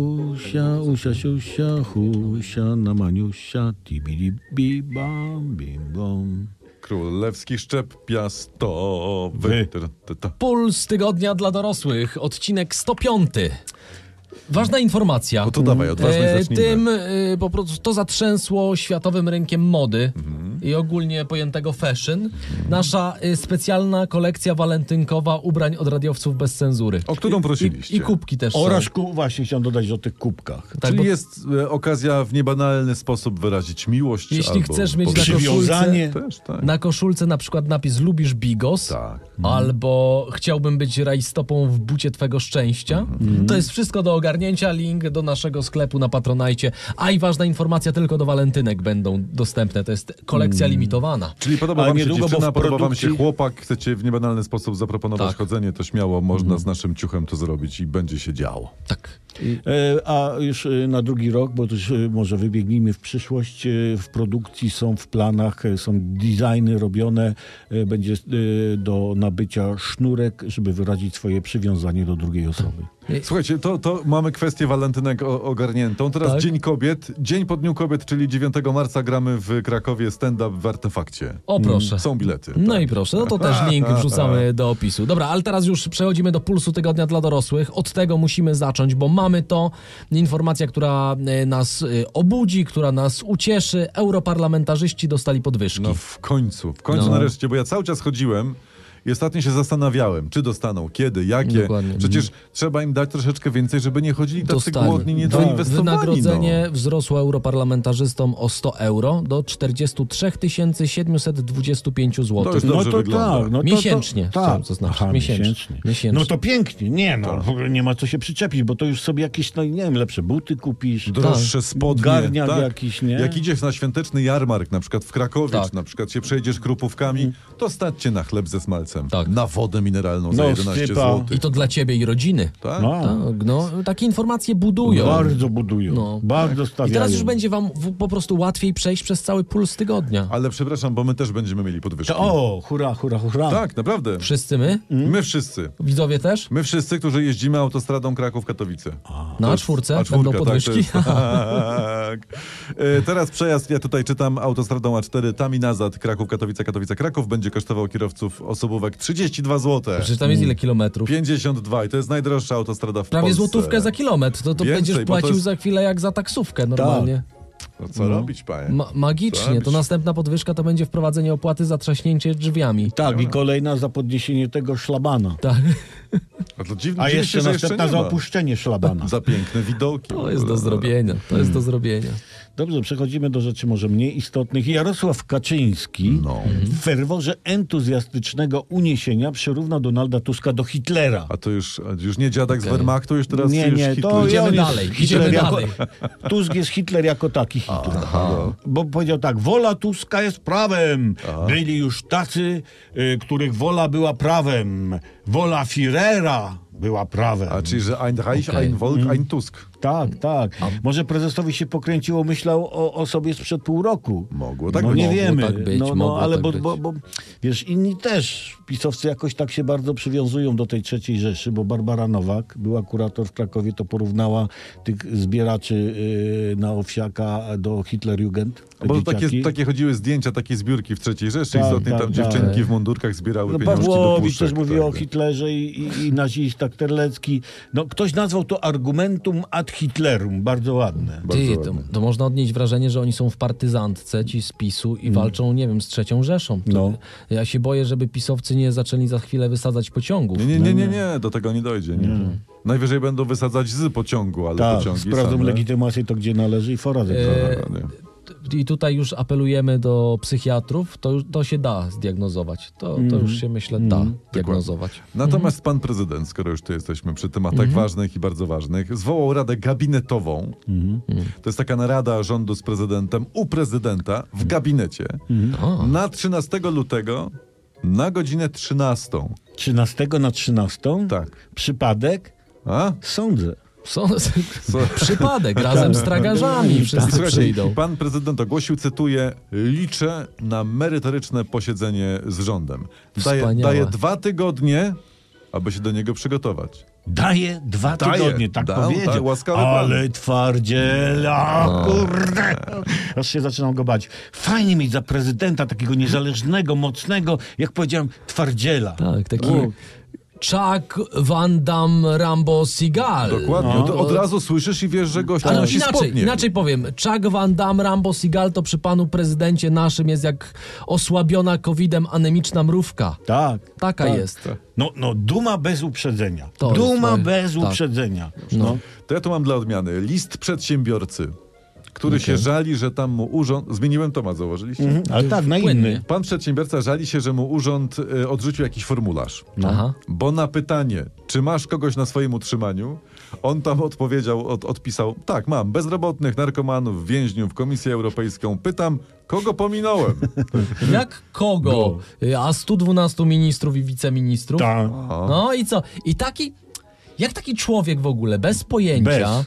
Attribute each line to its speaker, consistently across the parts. Speaker 1: Usia, usia, siusia, husia, na maniusia, tibidi, bi, bam, bim, bom.
Speaker 2: Królewski szczep piastowy.
Speaker 1: Wy.
Speaker 2: Ta, ta, ta.
Speaker 3: Puls tygodnia dla dorosłych, odcinek 105. Ważna informacja.
Speaker 2: No to dawaj, od was
Speaker 3: E,
Speaker 2: zacznijmy.
Speaker 3: tym e, po prostu to zatrzęsło światowym rynkiem mody
Speaker 2: Mhm.
Speaker 3: i ogólnie pojętego fashion. Nasza e, specjalna kolekcja walentynkowa ubrań od radiowców bez cenzury.
Speaker 2: O którą
Speaker 3: I,
Speaker 2: prosiliście?
Speaker 3: I kubki też
Speaker 1: Oraz
Speaker 3: są.
Speaker 1: ku, właśnie chciałem dodać o tych kubkach.
Speaker 3: Tak,
Speaker 2: Czyli
Speaker 3: bo
Speaker 2: jest e, okazja w niebanalny sposób wyrazić miłość
Speaker 3: Jeśli
Speaker 2: albo
Speaker 3: chcesz mieć
Speaker 2: podziw.
Speaker 3: na kogoś-
Speaker 1: Przywiązanie.
Speaker 2: Też, tak.
Speaker 3: na koszulce na przykład napis lubisz bigos.
Speaker 2: tak.
Speaker 3: Mhm. Albo chciałbym być rajstopą w bucie twego szczęścia. To jest wszystko do ogarnięcia. Link do naszego sklepu na Patronajcie. A i ważna informacja, tylko do walentynek będą dostępne. To jest kolekcja limitowana.
Speaker 2: Czyli podoba
Speaker 1: Ale
Speaker 2: wam się
Speaker 1: niedługo, bo
Speaker 2: dziewczyna,
Speaker 1: w
Speaker 2: podoba wam się
Speaker 1: produkcji-
Speaker 2: chłopak, chcecie w niebanalny sposób zaproponować
Speaker 3: Tak. Mhm.
Speaker 2: chodzenie, to śmiało można z naszym ciuchem to zrobić i będzie się działo.
Speaker 3: Tak.
Speaker 1: E, A już e, na drugi rok, bo też e, może wybiegnijmy w przyszłość, e, w produkcji są w planach, e, są designy robione, e, będzie e, do nabycia sznurek, żeby wyrazić swoje przywiązanie do drugiej osoby.
Speaker 2: Słuchajcie, to, to mamy kwestię walentynek o, ogarniętą. Teraz
Speaker 3: Tak.
Speaker 2: Dzień Kobiet. Dzień po Dniu Kobiet, czyli 9 marca gramy w Krakowie stand-up w Artefakcie.
Speaker 3: O proszę.
Speaker 2: Są bilety.
Speaker 3: No
Speaker 2: tak.
Speaker 3: i proszę, no to też link wrzucamy do opisu. Dobra, ale teraz już przechodzimy do pulsu tygodnia dla dorosłych. Od tego musimy zacząć, bo mamy to informacja, która e, nas e, obudzi, która nas ucieszy. Europarlamentarzyści dostali podwyżki.
Speaker 2: No w końcu, w końcu
Speaker 3: No.
Speaker 2: nareszcie, bo ja cały czas chodziłem i ostatnio się zastanawiałem, czy dostaną, kiedy, jakie.
Speaker 3: Dokładnie.
Speaker 2: Przecież trzeba im dać troszeczkę więcej, żeby nie chodzili tacy
Speaker 3: Dostali.
Speaker 2: głodni, niedoinwestowani.
Speaker 3: Wynagrodzenie
Speaker 2: No.
Speaker 3: wzrosło europarlamentarzystom o 100 euro do 43 725 zł.
Speaker 2: To już dobrze
Speaker 1: no to
Speaker 2: wygląda.
Speaker 1: tak. No to,
Speaker 3: Miesięcznie,
Speaker 1: to,
Speaker 3: chciałem
Speaker 1: tak.
Speaker 3: zaznaczyć. Miesięcznie. Miesięcznie.
Speaker 1: No to pięknie. Nie no,
Speaker 2: Tak.
Speaker 1: w ogóle nie ma co się przyczepić, bo to już sobie jakieś, no nie wiem, lepsze buty kupisz.
Speaker 3: Tak.
Speaker 2: Droższe spodnie. tak.
Speaker 1: Garniak jakiś, nie?
Speaker 2: Jak idziesz na świąteczny jarmark, na przykład w Krakowie,
Speaker 3: Tak.
Speaker 2: czy na przykład się przejdziesz krupówkami, to stać cię na chleb ze smalcem.
Speaker 3: Tak.
Speaker 2: Na wodę mineralną za
Speaker 1: No,
Speaker 2: 11
Speaker 1: sypa.
Speaker 2: zł.
Speaker 3: I to dla ciebie i rodziny.
Speaker 2: Tak?
Speaker 1: No,
Speaker 3: Tak, no, takie informacje budują.
Speaker 1: bardzo budują,
Speaker 3: No.
Speaker 1: bardzo
Speaker 3: I
Speaker 1: stawiają.
Speaker 3: teraz już będzie wam w, po prostu łatwiej przejść przez cały puls tygodnia.
Speaker 2: Ale przepraszam, bo my też będziemy mieli podwyżki.
Speaker 1: To, o, Hmm? hura, hura, hura.
Speaker 2: Tak, naprawdę.
Speaker 3: Wszyscy my?
Speaker 2: My wszyscy.
Speaker 3: Widzowie też?
Speaker 2: My wszyscy, którzy jeździmy autostradą Kraków-Katowice.
Speaker 3: Na czwórce będą podwyżki.
Speaker 2: Tak, to jest, tak. E, Teraz przejazd, ja tutaj czytam autostradą A4, tam i nazad, Kraków, Katowice, Katowice, Kraków, będzie kosztował kierowców osobówek 32 zł.
Speaker 3: Przecież tam jest ile kilometrów?
Speaker 2: 52 i to jest najdroższa autostrada w
Speaker 3: Prawie
Speaker 2: Mm. Polsce.
Speaker 3: złotówkę za kilometr. To, to
Speaker 2: Więcej,
Speaker 3: będziesz
Speaker 2: bo to
Speaker 3: płacił
Speaker 2: jest-
Speaker 3: za chwilę jak za taksówkę normalnie.
Speaker 2: No co robić, panie?
Speaker 3: Ma- magicznie. To
Speaker 2: Zabić.
Speaker 3: następna podwyżka to będzie wprowadzenie opłaty za trzaśnięcie drzwiami.
Speaker 1: Tak, i kolejna za podniesienie tego szlabana.
Speaker 3: Tak.
Speaker 2: A to dziwne,
Speaker 1: A
Speaker 2: dziwię
Speaker 1: jeszcze
Speaker 2: się, że
Speaker 1: następna
Speaker 2: jeszcze
Speaker 1: za
Speaker 2: nie ma.
Speaker 1: opuszczenie szlabana.
Speaker 2: Za piękne widoki. w
Speaker 3: To
Speaker 2: ogóle.
Speaker 3: jest do zrobienia. To jest do zrobienia.
Speaker 1: Dobrze, przechodzimy do rzeczy może mniej istotnych. Jarosław Kaczyński
Speaker 2: No.
Speaker 1: w ferworze entuzjastycznego uniesienia przyrównał Donalda Tuska do Hitlera.
Speaker 2: A to już, już nie dziadek z
Speaker 3: Okej.
Speaker 2: Wehrmachtu, już teraz
Speaker 1: Nie,
Speaker 2: już
Speaker 1: nie,
Speaker 2: Hitler.
Speaker 1: to
Speaker 3: Idziemy
Speaker 1: on jest
Speaker 3: dalej,
Speaker 1: Hitler
Speaker 3: idziemy
Speaker 1: jako,
Speaker 3: dalej.
Speaker 1: Tusk jest Hitler jako taki Hitler. Bo powiedział tak, wola Tuska jest prawem. Byli już tacy, y, których wola była prawem. Wola Firera była prawem.
Speaker 2: A czyli, że ein Reich,
Speaker 3: Okej.
Speaker 2: ein
Speaker 1: Mm.
Speaker 2: Volk, ein Tusk.
Speaker 1: Tak, tak. Może prezesowi się pokręciło, myślał o, o sobie sprzed pół roku.
Speaker 2: Mogło tak
Speaker 1: no,
Speaker 2: być.
Speaker 1: nie
Speaker 2: Mogło
Speaker 1: wiemy.
Speaker 3: tak być,
Speaker 1: no, no,
Speaker 3: mogło
Speaker 1: ale
Speaker 3: tak
Speaker 1: bo,
Speaker 3: być.
Speaker 1: Bo, bo wiesz, inni też, pisowcy jakoś tak się bardzo przywiązują do tej trzeciej Rzeszy, bo Barbara Nowak, była kurator w Krakowie, to porównała tych zbieraczy yy, na Owsiaka do Hitlerjugend. te
Speaker 2: Bo
Speaker 1: dzieciaki.
Speaker 2: takie, takie chodziły zdjęcia, takie zbiórki w III Rzeszy
Speaker 1: Tak,
Speaker 2: i istotnie
Speaker 1: tak,
Speaker 2: tam
Speaker 1: tak.
Speaker 2: dziewczynki w mundurkach zbierały
Speaker 1: No,
Speaker 2: pieniążki do
Speaker 1: Pawłowicz
Speaker 2: puszek.
Speaker 1: też mówił o
Speaker 2: tak.
Speaker 1: Hitlerze i, i, i nazista Terlecki. No, ktoś nazwał to argumentum ad Hitlerum. Bardzo ładne.
Speaker 3: Ty,
Speaker 2: Bardzo
Speaker 3: to,
Speaker 2: ładne.
Speaker 3: to można odnieść wrażenie, że oni są w partyzantce, ci z PiSu i walczą, nie wiem, z trzecią Rzeszą. To,
Speaker 1: No.
Speaker 3: Ja się boję, żeby pisowcy nie zaczęli za chwilę wysadzać pociągów.
Speaker 2: Nie, nie, nie,
Speaker 1: No,
Speaker 2: nie, nie, do tego nie dojdzie. Nie. Najwyżej będą wysadzać z pociągu, ale
Speaker 1: Tak,
Speaker 2: pociągi
Speaker 1: sprawdzą
Speaker 2: same.
Speaker 1: legitymację to, gdzie należy i fora
Speaker 3: E,
Speaker 1: zebrana.
Speaker 2: Dokładnie.
Speaker 3: I tutaj już apelujemy do psychiatrów, to, już- to się da zdiagnozować. To, to już się, myślę, da diagnozować.
Speaker 2: Natomiast pan prezydent, skoro już tu jesteśmy przy tematach
Speaker 1: Mhm.
Speaker 2: ważnych i bardzo ważnych, zwołał radę gabinetową.
Speaker 1: Mhm.
Speaker 2: To jest taka narada rządu z prezydentem u prezydenta w gabinecie
Speaker 1: Mhm.
Speaker 3: O.
Speaker 2: na 13 lutego na godzinę 13.
Speaker 1: 13 na 13?
Speaker 2: Tak.
Speaker 1: Przypadek?
Speaker 2: A?
Speaker 1: Sądzę.
Speaker 3: Są, przypadek, razem z tragarzami
Speaker 2: I
Speaker 3: wszyscy
Speaker 2: słuchajcie,
Speaker 3: przyjdą.
Speaker 2: pan prezydent ogłosił, cytuję, liczę na merytoryczne posiedzenie z rządem. Daje,
Speaker 3: Wspaniałe.
Speaker 2: daje dwa tygodnie, aby się do niego przygotować.
Speaker 1: Daje dwa
Speaker 2: Daje.
Speaker 1: tygodnie, tak
Speaker 2: Dał,
Speaker 1: powiedział.
Speaker 2: tak, łaskawy pan.
Speaker 1: Ale twardziela, kurde. Aż się zaczynam go bać. Fajnie mieć za prezydenta takiego niezależnego, mocnego, jak powiedziałem, twardziela.
Speaker 3: Tak, taki
Speaker 1: U.
Speaker 3: Chuck Van Damme Rambo Seagal.
Speaker 2: Dokładnie.
Speaker 1: No.
Speaker 2: Od, od razu tak. słyszysz i wiesz, że gość
Speaker 3: Ale
Speaker 2: nosi
Speaker 3: inaczej,
Speaker 2: spodnie.
Speaker 3: inaczej powiem. Chuck Van Damme, Rambo Seagal to przy panu prezydencie naszym jest jak osłabiona COVID-em anemiczna mrówka.
Speaker 1: Tak.
Speaker 3: Taka
Speaker 1: tak.
Speaker 3: jest.
Speaker 1: No, no, duma bez uprzedzenia.
Speaker 3: To jest
Speaker 1: duma
Speaker 3: moje-
Speaker 1: bez
Speaker 3: tak.
Speaker 1: uprzedzenia.
Speaker 3: No.
Speaker 1: No.
Speaker 2: To ja tu mam dla odmiany list przedsiębiorcy, który się żali, że tam mu urząd... Zmieniłem temat, zauważyliście?
Speaker 3: Mhm.
Speaker 1: Ale tak, na
Speaker 3: Płynnie.
Speaker 1: inny.
Speaker 2: Pan przedsiębiorca żali się, że mu urząd y, odrzucił jakiś formularz.
Speaker 3: No. Aha.
Speaker 2: Bo na pytanie, czy masz kogoś na swoim utrzymaniu, on tam odpowiedział, od, odpisał, tak, mam bezrobotnych, narkomanów, więźniów, Komisję Europejską. Pytam, kogo pominąłem?
Speaker 3: Jak kogo? Y, A 112 ministrów i wiceministrów?
Speaker 1: Tak.
Speaker 3: No i co? I taki, jak taki człowiek w ogóle, bez pojęcia,
Speaker 1: Bez.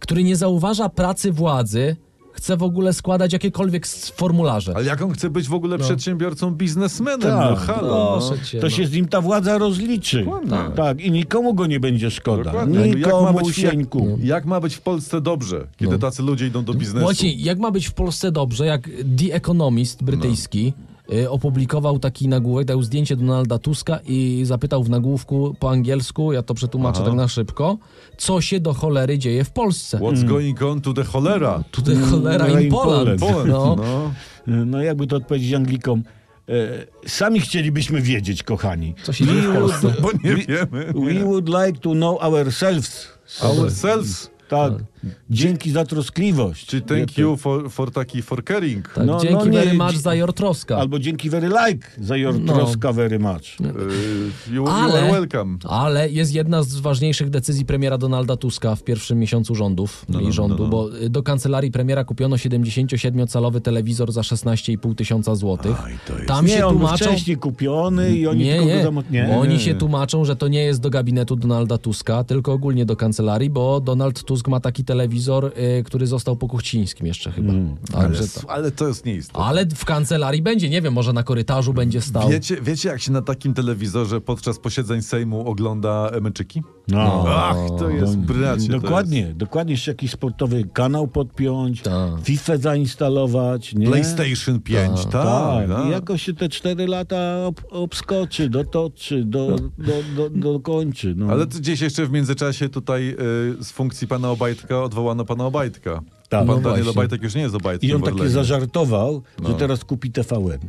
Speaker 3: który nie zauważa pracy władzy, chce w ogóle składać jakiekolwiek s- formularze.
Speaker 2: Ale jak on chce być w ogóle przedsiębiorcą, biznesmenem? No,
Speaker 1: No. Tak.
Speaker 2: halo. No.
Speaker 3: cię,
Speaker 1: To
Speaker 3: no.
Speaker 1: się z nim ta władza rozliczy.
Speaker 2: Tak.
Speaker 1: Tak. i nikomu go nie będzie szkoda.
Speaker 2: Dokładnie. No, jak ma
Speaker 1: Nikomu
Speaker 2: być- jak-
Speaker 1: sieńku. No.
Speaker 2: Jak ma być w Polsce dobrze, kiedy tacy ludzie idą do biznesu?
Speaker 3: Właśnie, jak ma być w Polsce dobrze, jak The Economist brytyjski
Speaker 1: No.
Speaker 3: y, opublikował taki nagłówek, dał zdjęcie Donalda Tuska i zapytał w nagłówku po angielsku, ja to przetłumaczę
Speaker 2: Aha.
Speaker 3: tak na szybko, co się do cholery dzieje w Polsce.
Speaker 2: What's
Speaker 1: Mm.
Speaker 2: going on to the
Speaker 1: No.
Speaker 2: cholera?
Speaker 3: Tutaj cholera
Speaker 1: Rain
Speaker 3: in Poland.
Speaker 1: Mm, Poland.
Speaker 2: Poland,
Speaker 3: No.
Speaker 2: no.
Speaker 1: No jakby to odpowiedzieć Anglikom. E, sami chcielibyśmy wiedzieć, kochani.
Speaker 3: Co się dzieje w Polsce.
Speaker 2: No,
Speaker 1: No,
Speaker 2: Bo nie wiemy.
Speaker 1: We would like to know ourselves.
Speaker 2: Ourselves.
Speaker 1: Tak. Dzięki za troskliwość.
Speaker 2: Czyli thank you for, for taki for caring.
Speaker 3: Tak,
Speaker 1: No,
Speaker 3: dzięki
Speaker 1: no nie,
Speaker 3: very much
Speaker 1: dzi-
Speaker 3: za your troska.
Speaker 1: Albo dzięki very like za your
Speaker 3: No.
Speaker 1: troska very much.
Speaker 2: Y, You, you
Speaker 3: Ale-
Speaker 2: are welcome.
Speaker 3: Ale jest jedna z ważniejszych decyzji premiera Donalda Tuska w pierwszym miesiącu rządów
Speaker 2: no,
Speaker 3: i rządu,
Speaker 2: no, no.
Speaker 3: bo y, do kancelarii premiera kupiono 77-calowy telewizor za 16,5 tysiąca złotych. Tam
Speaker 1: Nie,
Speaker 3: się
Speaker 1: on był
Speaker 3: tłumaczą.
Speaker 1: wcześniej kupiony i oni
Speaker 3: Nie,
Speaker 1: tylko go
Speaker 3: nie.
Speaker 1: zamot... nie.
Speaker 3: Oni
Speaker 1: nie.
Speaker 3: się tłumaczą, że to nie jest do gabinetu Donalda Tuska, tylko ogólnie do kancelarii, bo Donald Tusk ma taki telewizor, y, który został po Kuchcińskim jeszcze chyba.
Speaker 2: Mm, Ale,
Speaker 3: Także to.
Speaker 2: ale to jest nieistotne.
Speaker 3: Ale w kancelarii będzie, nie wiem, może na korytarzu będzie stał.
Speaker 2: Wiecie, wiecie, jak się na takim telewizorze podczas posiedzeń Sejmu ogląda e, meczyki?
Speaker 1: No.
Speaker 2: Ach, to jest bracie.
Speaker 1: Dokładnie, dokładnie. Jeszcze jakiś sportowy kanał podpiąć,
Speaker 3: Tak.
Speaker 1: FIFA zainstalować. Nie?
Speaker 2: To jest PlayStation 5, tak.
Speaker 1: Tak,
Speaker 2: tak.
Speaker 1: i jakoś się te cztery lata ob, obskoczy, dotoczy, do, do, do, dokończy. No.
Speaker 2: Ale to gdzieś jeszcze w międzyczasie tutaj y, z funkcji pana Obajtka odwołano pana Obajtka.
Speaker 1: Tak.
Speaker 2: Pan
Speaker 1: No
Speaker 2: Daniel
Speaker 3: właśnie.
Speaker 2: Obajtek już nie jest Obajtkiem
Speaker 1: I on
Speaker 2: w
Speaker 1: takie
Speaker 2: Orlenie.
Speaker 1: zażartował,
Speaker 3: No.
Speaker 1: że teraz kupi TVN.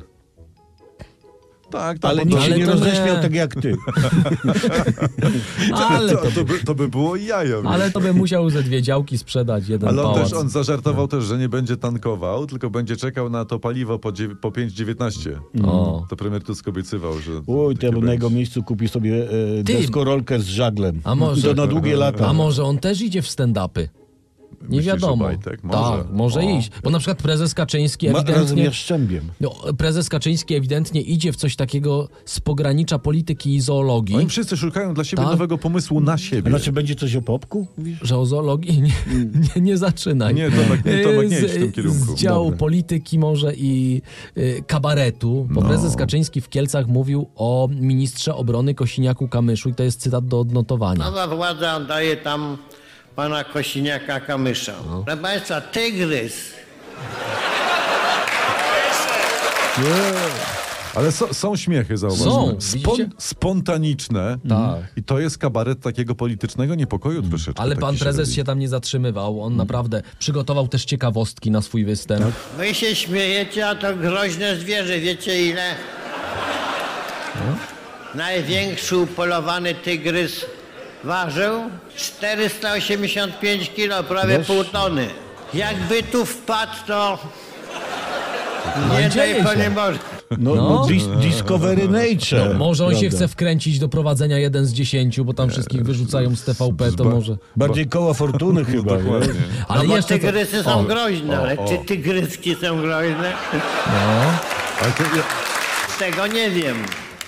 Speaker 2: Tak, tak.
Speaker 1: Ale
Speaker 2: bo
Speaker 1: nikt
Speaker 2: to,
Speaker 1: się
Speaker 3: ale
Speaker 1: nie
Speaker 3: to
Speaker 1: roześmiał
Speaker 3: nie.
Speaker 1: tak jak ty.
Speaker 3: Ale to
Speaker 2: to, to, by, to by było jaja.
Speaker 3: Ale to by musiał ze dwie działki sprzedać jeden
Speaker 2: Ale on
Speaker 3: pałac.
Speaker 2: też on zażartował też, że nie będzie tankował, tylko będzie czekał na to paliwo po, dziew- po 5,19.
Speaker 3: O.
Speaker 2: To premier Tusk obiecywał, że.
Speaker 1: Uj,
Speaker 2: takie
Speaker 1: to na jego
Speaker 2: będzie.
Speaker 1: miejscu kupi sobie e,
Speaker 3: Ty.
Speaker 1: deskorolkę z żaglem.
Speaker 3: A może-
Speaker 1: I to na długie lata.
Speaker 3: A może on też idzie w stand-upy? Nie
Speaker 2: Tak. Myślisz, że
Speaker 3: wiadomo.
Speaker 2: Bajtek? Może.
Speaker 3: Tak, może
Speaker 2: O.
Speaker 3: iść. Bo na przykład prezes Kaczyński
Speaker 1: Ma, razem
Speaker 3: ewidentnie.
Speaker 1: z Szczębiem.
Speaker 3: No, prezes Kaczyński ewidentnie idzie w coś takiego z pogranicza polityki i zoologii.
Speaker 2: Oni wszyscy szukają dla siebie
Speaker 3: Tak?
Speaker 2: nowego pomysłu na siebie.
Speaker 1: Znaczy, będzie coś o popku? Mówisz?
Speaker 3: Że o zoologii nie,
Speaker 1: Hmm.
Speaker 3: nie, nie zaczynaj.
Speaker 2: Nie, Tomek, nie, Tomek, nie
Speaker 3: Z-
Speaker 2: idź w tym kierunku.
Speaker 3: Z działu
Speaker 1: Dobra.
Speaker 3: polityki może i y, kabaretu,
Speaker 2: No.
Speaker 3: bo prezes Kaczyński w Kielcach mówił o ministrze obrony Kosiniaku Kamyszu i to jest cytat do odnotowania.
Speaker 4: Nowa władza daje tam pana Kosiniaka Kamysza.
Speaker 3: No.
Speaker 4: Proszę Państwa, tygrys
Speaker 2: Ale so, są śmiechy, zauważmy.
Speaker 3: Są,
Speaker 2: Spon,
Speaker 3: widzicie?
Speaker 2: spontaniczne.
Speaker 3: Tak. Mm.
Speaker 2: I to jest kabaret takiego politycznego niepokoju troszeczkę.
Speaker 3: Ale
Speaker 2: taki
Speaker 3: pan prezes
Speaker 2: tak robi.
Speaker 3: się tam nie zatrzymywał. On naprawdę przygotował też ciekawostki na swój występ.
Speaker 4: Wy się śmiejecie, a to groźne zwierzę. Wiecie ile?
Speaker 3: No.
Speaker 4: Największy upolowany tygrys ważył 485 kg, prawie pół tony. Jakby tu wpadł, to nie
Speaker 3: No dzieje
Speaker 4: daj po
Speaker 3: się.
Speaker 4: nie może.
Speaker 1: No, no. dis Discovery Nature.
Speaker 3: No, może on się
Speaker 1: tak, Prawda.
Speaker 3: chce wkręcić do prowadzenia 1 z 10, bo tam wszystkich wyrzucają z TVP, to
Speaker 2: zba-
Speaker 3: może.
Speaker 1: Bardziej koła fortuny chyba.
Speaker 3: tak
Speaker 2: Dokładnie.
Speaker 1: nie?
Speaker 4: No
Speaker 3: Ale
Speaker 4: bo
Speaker 3: jeszcze co-
Speaker 4: tygrysy
Speaker 3: O,
Speaker 4: są groźne,
Speaker 2: o,
Speaker 4: ale
Speaker 2: o.
Speaker 4: czy tygryski są groźne?
Speaker 2: Ale to, ja,
Speaker 4: Tego nie wiem.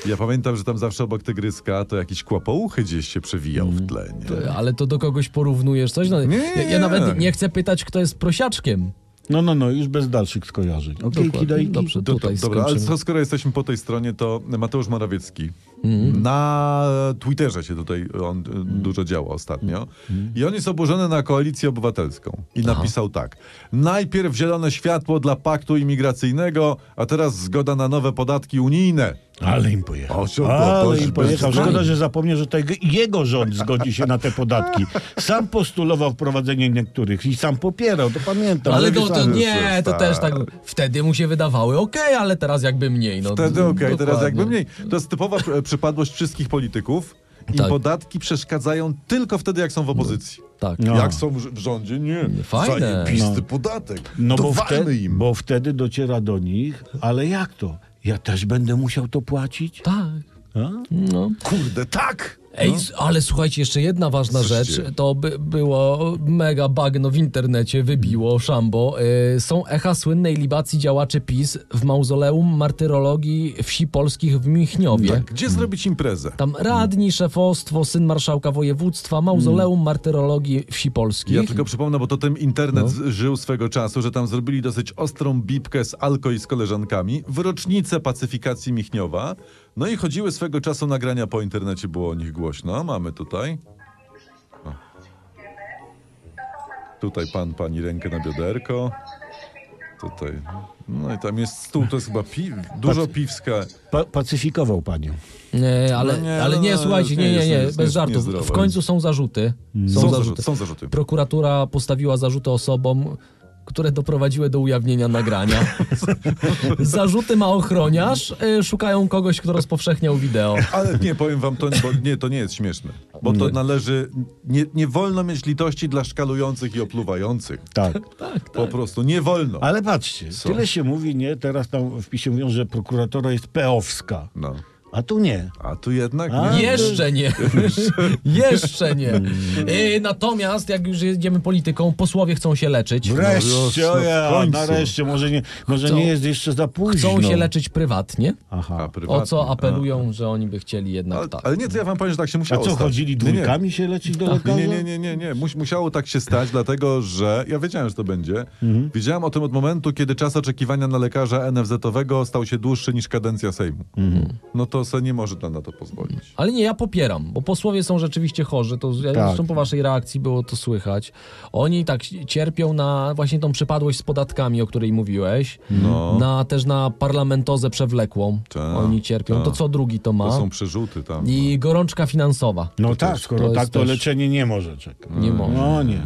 Speaker 2: ja pamiętam, że tam zawsze obok tygryska to jakiś kłapouchy gdzieś się przewijał w tle. Nie?
Speaker 3: Ale Mm. to do kogoś porównujesz coś? No,
Speaker 2: Nie,
Speaker 3: ja, ja nawet nie chcę pytać, kto jest prosiaczkiem.
Speaker 1: No, no, no, już bez dalszych skojarzeń. Okejki,
Speaker 3: Dokładnie.
Speaker 1: dajki.
Speaker 3: Dobrze,
Speaker 2: To- to-
Speaker 3: tutaj
Speaker 2: Dobra, ale
Speaker 3: skończymy.
Speaker 2: co, skoro jesteśmy po tej stronie, to Mateusz Morawiecki
Speaker 3: Mhm.
Speaker 2: Na Twitterze się tutaj on y, dużo działa ostatnio.
Speaker 3: Mhm.
Speaker 2: I on jest oburzony na koalicję obywatelską. I napisał tak. Najpierw zielone światło dla paktu imigracyjnego, a teraz zgoda na nowe podatki unijne.
Speaker 1: Ale im pojechał.
Speaker 2: O, siódmo, to
Speaker 1: Ale
Speaker 2: już
Speaker 1: im pojechał.
Speaker 2: bez-
Speaker 1: Szkoda, że zapomniał, że to jego- jego rząd zgodzi się na te podatki. Sam postulował wprowadzenie niektórych i sam popierał, to pamiętam.
Speaker 3: Ale
Speaker 2: to
Speaker 3: to, to
Speaker 2: pisane
Speaker 3: nie,
Speaker 2: jest,
Speaker 3: to
Speaker 2: tak.
Speaker 3: też tak. Wtedy mu się wydawały, okej, ale teraz jakby mniej. No,
Speaker 2: Wtedy okej, teraz
Speaker 3: dokładnie.
Speaker 2: jakby mniej. To jest typowa pr- przypadłość wszystkich polityków. I
Speaker 3: Tak.
Speaker 2: podatki przeszkadzają tylko wtedy, jak są w opozycji.
Speaker 3: Tak.
Speaker 1: No.
Speaker 2: Jak są w w rządzie, nie.
Speaker 3: Fajne.
Speaker 2: Zajebisty
Speaker 1: No.
Speaker 2: podatek.
Speaker 1: No bo,
Speaker 2: Dowalmy
Speaker 1: wtedy,
Speaker 2: im.
Speaker 1: bo wtedy dociera do nich, ale jak to? Ja też będę musiał to płacić?
Speaker 3: Tak.
Speaker 1: A?
Speaker 3: No.
Speaker 2: Kurde, tak!
Speaker 3: Ej, s- ale słuchajcie, jeszcze jedna ważna
Speaker 2: Słyszycie?
Speaker 3: rzecz. To by było mega bagno w internecie, wybiło szambo. Y, są echa słynnej libacji działaczy PiS w mauzoleum martyrologii wsi polskich w Michniowie.
Speaker 2: Tak, gdzie zrobić imprezę?
Speaker 3: Tam radni, szefostwo, syn marszałka województwa, mauzoleum martyrologii wsi polskich.
Speaker 2: Mm. Ja tylko przypomnę, bo to ten internet z- żył swego czasu, że tam zrobili dosyć ostrą bipkę z Alko i z koleżankami w rocznicę pacyfikacji Michniowa. No i chodziły swego czasu nagrania po internecie, było o nich głośno. Mamy tutaj. O. Tutaj pan, pani rękę na bioderko. Tutaj. No i tam jest stół, to jest chyba pi- dużo piwska.
Speaker 1: Pa- pacyfikował panią.
Speaker 3: Nie, Y, ale,
Speaker 2: No nie,
Speaker 3: ale
Speaker 2: no
Speaker 3: nie,
Speaker 2: no,
Speaker 3: słuchajcie,
Speaker 2: nie,
Speaker 3: nie, nie,
Speaker 2: jest-
Speaker 3: nie,
Speaker 2: jest-
Speaker 3: bez
Speaker 2: jest
Speaker 3: żartów.
Speaker 2: niezdrowe.
Speaker 3: W końcu są zarzuty. Są,
Speaker 2: Mm. Są
Speaker 3: zarzuty.
Speaker 2: zarzuty. Są zarzuty.
Speaker 3: Prokuratura postawiła zarzuty osobom, które doprowadziły do ujawnienia nagrania. zarzuty ma ochroniarz, y, szukają kogoś, kto rozpowszechniał wideo.
Speaker 2: Ale nie, powiem wam, to, bo, nie, to nie jest śmieszne. Bo to należy... Nie, nie wolno mieć litości dla szkalujących i opluwających.
Speaker 1: Tak.
Speaker 2: Po prostu nie wolno.
Speaker 1: Ale patrzcie, tyle się mówi, nie? Teraz tam w pisie mówią, że prokuratora jest peowska.
Speaker 2: No.
Speaker 1: A tu nie.
Speaker 2: A tu jednak
Speaker 1: A,
Speaker 2: nie.
Speaker 3: Jeszcze nie. Jeszcze nie. Y, Natomiast, jak już jedziemy polityką, posłowie chcą się leczyć.
Speaker 1: Wreszcie,
Speaker 2: No, wiosna w
Speaker 1: o ja,
Speaker 2: końcu.
Speaker 1: nareszcie, może, nie, może
Speaker 3: Chcą-
Speaker 1: nie jest jeszcze za późno.
Speaker 3: Chcą się leczyć prywatnie,
Speaker 1: Aha.
Speaker 2: A,
Speaker 3: o
Speaker 2: No. prywatnie.
Speaker 3: co
Speaker 2: A.
Speaker 3: apelują, że oni by chcieli jednak
Speaker 2: Ale,
Speaker 3: tak.
Speaker 2: ale nie, to ja wam powiem, że tak się
Speaker 1: A
Speaker 2: musiało
Speaker 1: co,
Speaker 2: stać.
Speaker 1: chodzili
Speaker 2: Nie, nie.
Speaker 1: dwójkami się leczyć do lekarza?
Speaker 2: Nie, nie, nie, nie, nie. Mus, musiało tak się stać, dlatego że ja wiedziałem, że to będzie.
Speaker 1: Mhm.
Speaker 2: Wiedziałem o tym od momentu, kiedy czas oczekiwania na lekarza NFZ-owego stał się dłuższy niż kadencja Sejmu.
Speaker 1: Mhm.
Speaker 2: No to se nie może na na to pozwolić.
Speaker 3: Ale nie, ja popieram, bo posłowie są rzeczywiście chorzy. To ja,
Speaker 1: Tak.
Speaker 3: zresztą po waszej reakcji było to słychać. Oni tak cierpią na właśnie tą przypadłość z podatkami, o której mówiłeś.
Speaker 2: No.
Speaker 3: Na, też na parlamentozę przewlekłą.
Speaker 2: Ta,
Speaker 3: Oni cierpią.
Speaker 2: ta.
Speaker 3: To co drugi to ma?
Speaker 2: tak. To są przerzuty tam.
Speaker 3: I gorączka finansowa.
Speaker 1: No tak,
Speaker 3: też-
Speaker 1: skoro
Speaker 3: jest
Speaker 1: tak, to
Speaker 3: też-
Speaker 1: leczenie nie może czekać.
Speaker 3: Nie może.
Speaker 1: No nie.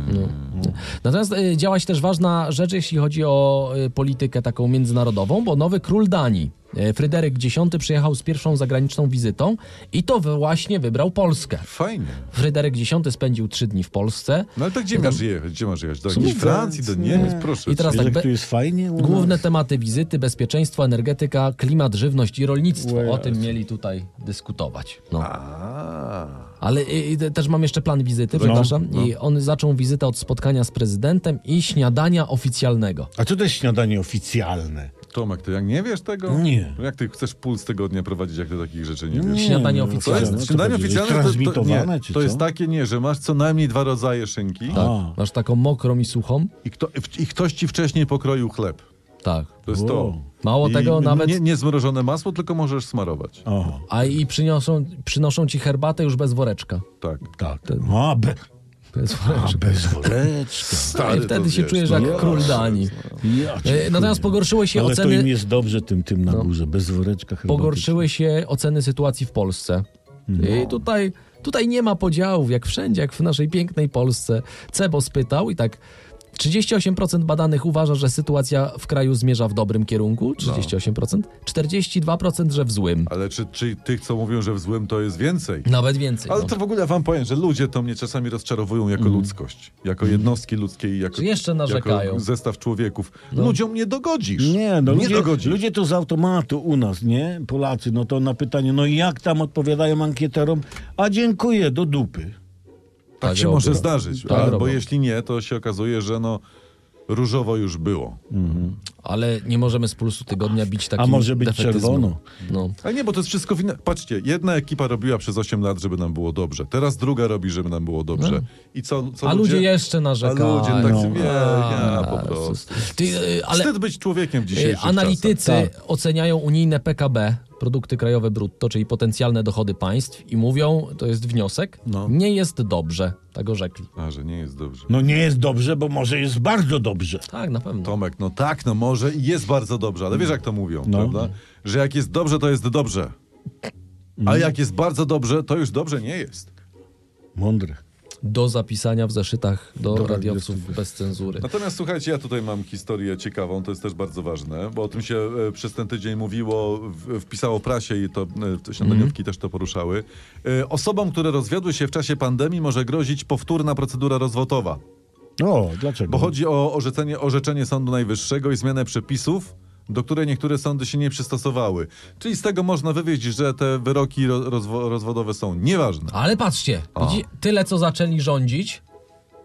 Speaker 3: Natomiast y, działać też ważna rzecz, jeśli chodzi o y, politykę taką międzynarodową, bo nowy król Danii, y, Fryderyk X, przyjechał z pierwszą zagraniczną wizytą i to właśnie wybrał Polskę.
Speaker 2: Fajnie.
Speaker 3: Fryderyk X spędził trzy dni w Polsce.
Speaker 2: No ale to gdzie masz jechać? Gdzie masz jechać? Do jakiejś
Speaker 1: Sumie-
Speaker 2: Francji, do Niemiec? Proszę.
Speaker 3: I teraz
Speaker 2: cię.
Speaker 1: Wiesz,
Speaker 3: tak,
Speaker 1: jak
Speaker 3: be-
Speaker 1: tu jest fajnie? u nas?
Speaker 3: Główne tematy wizyty: bezpieczeństwo, energetyka, klimat, żywność i rolnictwo. O
Speaker 1: Ojej.
Speaker 3: tym mieli tutaj dyskutować. No.
Speaker 2: A. No.
Speaker 3: Ale i, i, te- też mam jeszcze plan wizyty, przepraszam. I on zaczął wizytę od spotkania z prezydentem i śniadania oficjalnego.
Speaker 1: A co to jest śniadanie oficjalne?
Speaker 2: Tomek, ty jak nie wiesz tego? No
Speaker 1: Nie.
Speaker 2: Jak ty chcesz puls tygodnia prowadzić, jak ty takich rzeczy nie wiesz?
Speaker 3: Śniadanie
Speaker 1: no,
Speaker 3: oficjalne.
Speaker 1: co
Speaker 2: To jest śniadanie
Speaker 1: będzie,
Speaker 2: oficjalne, to, to, to,
Speaker 1: transmitowane,
Speaker 2: nie,
Speaker 1: czy
Speaker 2: to
Speaker 1: co?
Speaker 2: jest tak- takie nie, że masz co najmniej dwa rodzaje szynki
Speaker 3: Tak.
Speaker 1: A.
Speaker 3: Masz taką mokrą i suchą?
Speaker 2: i, kto, i ktoś ci wcześniej pokroił chleb.
Speaker 3: Tak.
Speaker 2: To jest
Speaker 1: Wow.
Speaker 2: to.
Speaker 3: Mało
Speaker 2: I
Speaker 3: tego,
Speaker 2: n-
Speaker 3: nawet.
Speaker 2: Nie, nie zmrożone masło, tylko możesz smarować.
Speaker 1: O,
Speaker 3: A i przyniosą, przynoszą ci herbatę już bez woreczka.
Speaker 2: Tak.
Speaker 1: tak. A, be,
Speaker 3: Bez woreczka.
Speaker 1: a bez woreczka.
Speaker 2: Stary,
Speaker 3: I wtedy
Speaker 2: to
Speaker 3: się
Speaker 2: wiesz,
Speaker 3: czujesz
Speaker 2: no
Speaker 3: jak
Speaker 2: ja-
Speaker 3: król Danii.
Speaker 1: Ja cię
Speaker 3: E, Natomiast
Speaker 1: chuję.
Speaker 3: pogorszyły się
Speaker 1: Ale
Speaker 3: oceny. No.
Speaker 1: to im jest dobrze tym, tym na górze, bez woreczka chyba.
Speaker 3: pogorszyły się oceny sytuacji w Polsce.
Speaker 2: No.
Speaker 3: I tutaj, tutaj nie ma podziałów, jak wszędzie, jak w naszej pięknej Polsce. Cebo spytał i tak. 38% badanych uważa, że sytuacja w kraju zmierza w dobrym
Speaker 2: No.
Speaker 3: kierunku, 38%, 42%, że w złym.
Speaker 2: Ale czy, czy tych, co mówią, że w złym, to jest więcej?
Speaker 3: Nawet więcej.
Speaker 2: Ale
Speaker 3: no.
Speaker 2: to w ogóle wam powiem, że ludzie to mnie czasami rozczarowują jako ludzkość. Jako jednostki ludzkie i jako,
Speaker 3: Czy Mhm. jeszcze narzekają? No.
Speaker 2: jako zestaw człowieków. Ludziom nie dogodzisz.
Speaker 1: Nie, no
Speaker 2: nie
Speaker 1: ludzie,
Speaker 2: dogodzisz.
Speaker 1: ludzie to z automatu u nas, nie? Polacy, no to na pytanie, no i jak tam odpowiadają ankieterom? A dziękuję, do dupy.
Speaker 2: Tak,
Speaker 3: Tak
Speaker 2: się
Speaker 3: robią.
Speaker 2: może zdarzyć.
Speaker 3: Tak
Speaker 2: albo
Speaker 3: robią.
Speaker 2: jeśli nie, to się okazuje, że no różowo już było.
Speaker 3: Ale nie możemy z pulsu tygodnia bić takim
Speaker 1: A może być
Speaker 3: defetyzmem.
Speaker 1: czerwono.
Speaker 3: No.
Speaker 2: Ale nie, bo to jest wszystko winne. Patrzcie, jedna ekipa robiła przez 8 lat, żeby nam było dobrze. Teraz druga robi, żeby nam było dobrze. I co, co
Speaker 3: No. A ludzie, jeszcze narzekają.
Speaker 2: A ludzie tak
Speaker 1: No.
Speaker 2: sobie, nie, ja
Speaker 3: A,
Speaker 2: po prostu.
Speaker 3: Ty, y, ale
Speaker 2: Wstyd być człowiekiem w
Speaker 3: y,
Speaker 2: dzisiejszych
Speaker 1: Tak.
Speaker 3: analitycy
Speaker 1: czasach.
Speaker 3: oceniają unijne PKB produkty krajowe brutto, czyli potencjalne dochody państw i mówią, to jest wniosek,
Speaker 2: No.
Speaker 3: nie jest dobrze, tak orzekli.
Speaker 2: A, że nie jest dobrze.
Speaker 1: No nie jest dobrze, bo może jest bardzo dobrze.
Speaker 3: Tak, na pewno.
Speaker 2: Tomek, no tak, no może i jest bardzo dobrze, ale wiesz jak to mówią,
Speaker 1: No.
Speaker 2: prawda? Że jak jest dobrze, to jest dobrze. A jak jest bardzo dobrze, to już dobrze nie jest.
Speaker 1: Mądre.
Speaker 3: Do zapisania w zeszytach do,
Speaker 1: Do
Speaker 3: radiowców
Speaker 1: radiowców.
Speaker 3: bez cenzury.
Speaker 1: No.
Speaker 2: Natomiast słuchajcie, ja tutaj mam historię ciekawą, to jest też bardzo ważne, bo o tym się e, przez ten tydzień mówiło, w, wpisało w prasie i to e, te śniadaniówki też to poruszały. E, osobom, które rozwiodły się w czasie pandemii może grozić powtórna procedura rozwodowa.
Speaker 1: O, dlaczego?
Speaker 2: Bo chodzi o orzeczenie, orzeczenie Sądu Najwyższego i zmianę przepisów, do której niektóre sądy się nie przystosowały. Czyli z tego można wywieźć, że te wyroki ro, rozwo, rozwodowe są nieważne.
Speaker 3: Ale patrzcie, widzi, tyle co zaczęli rządzić,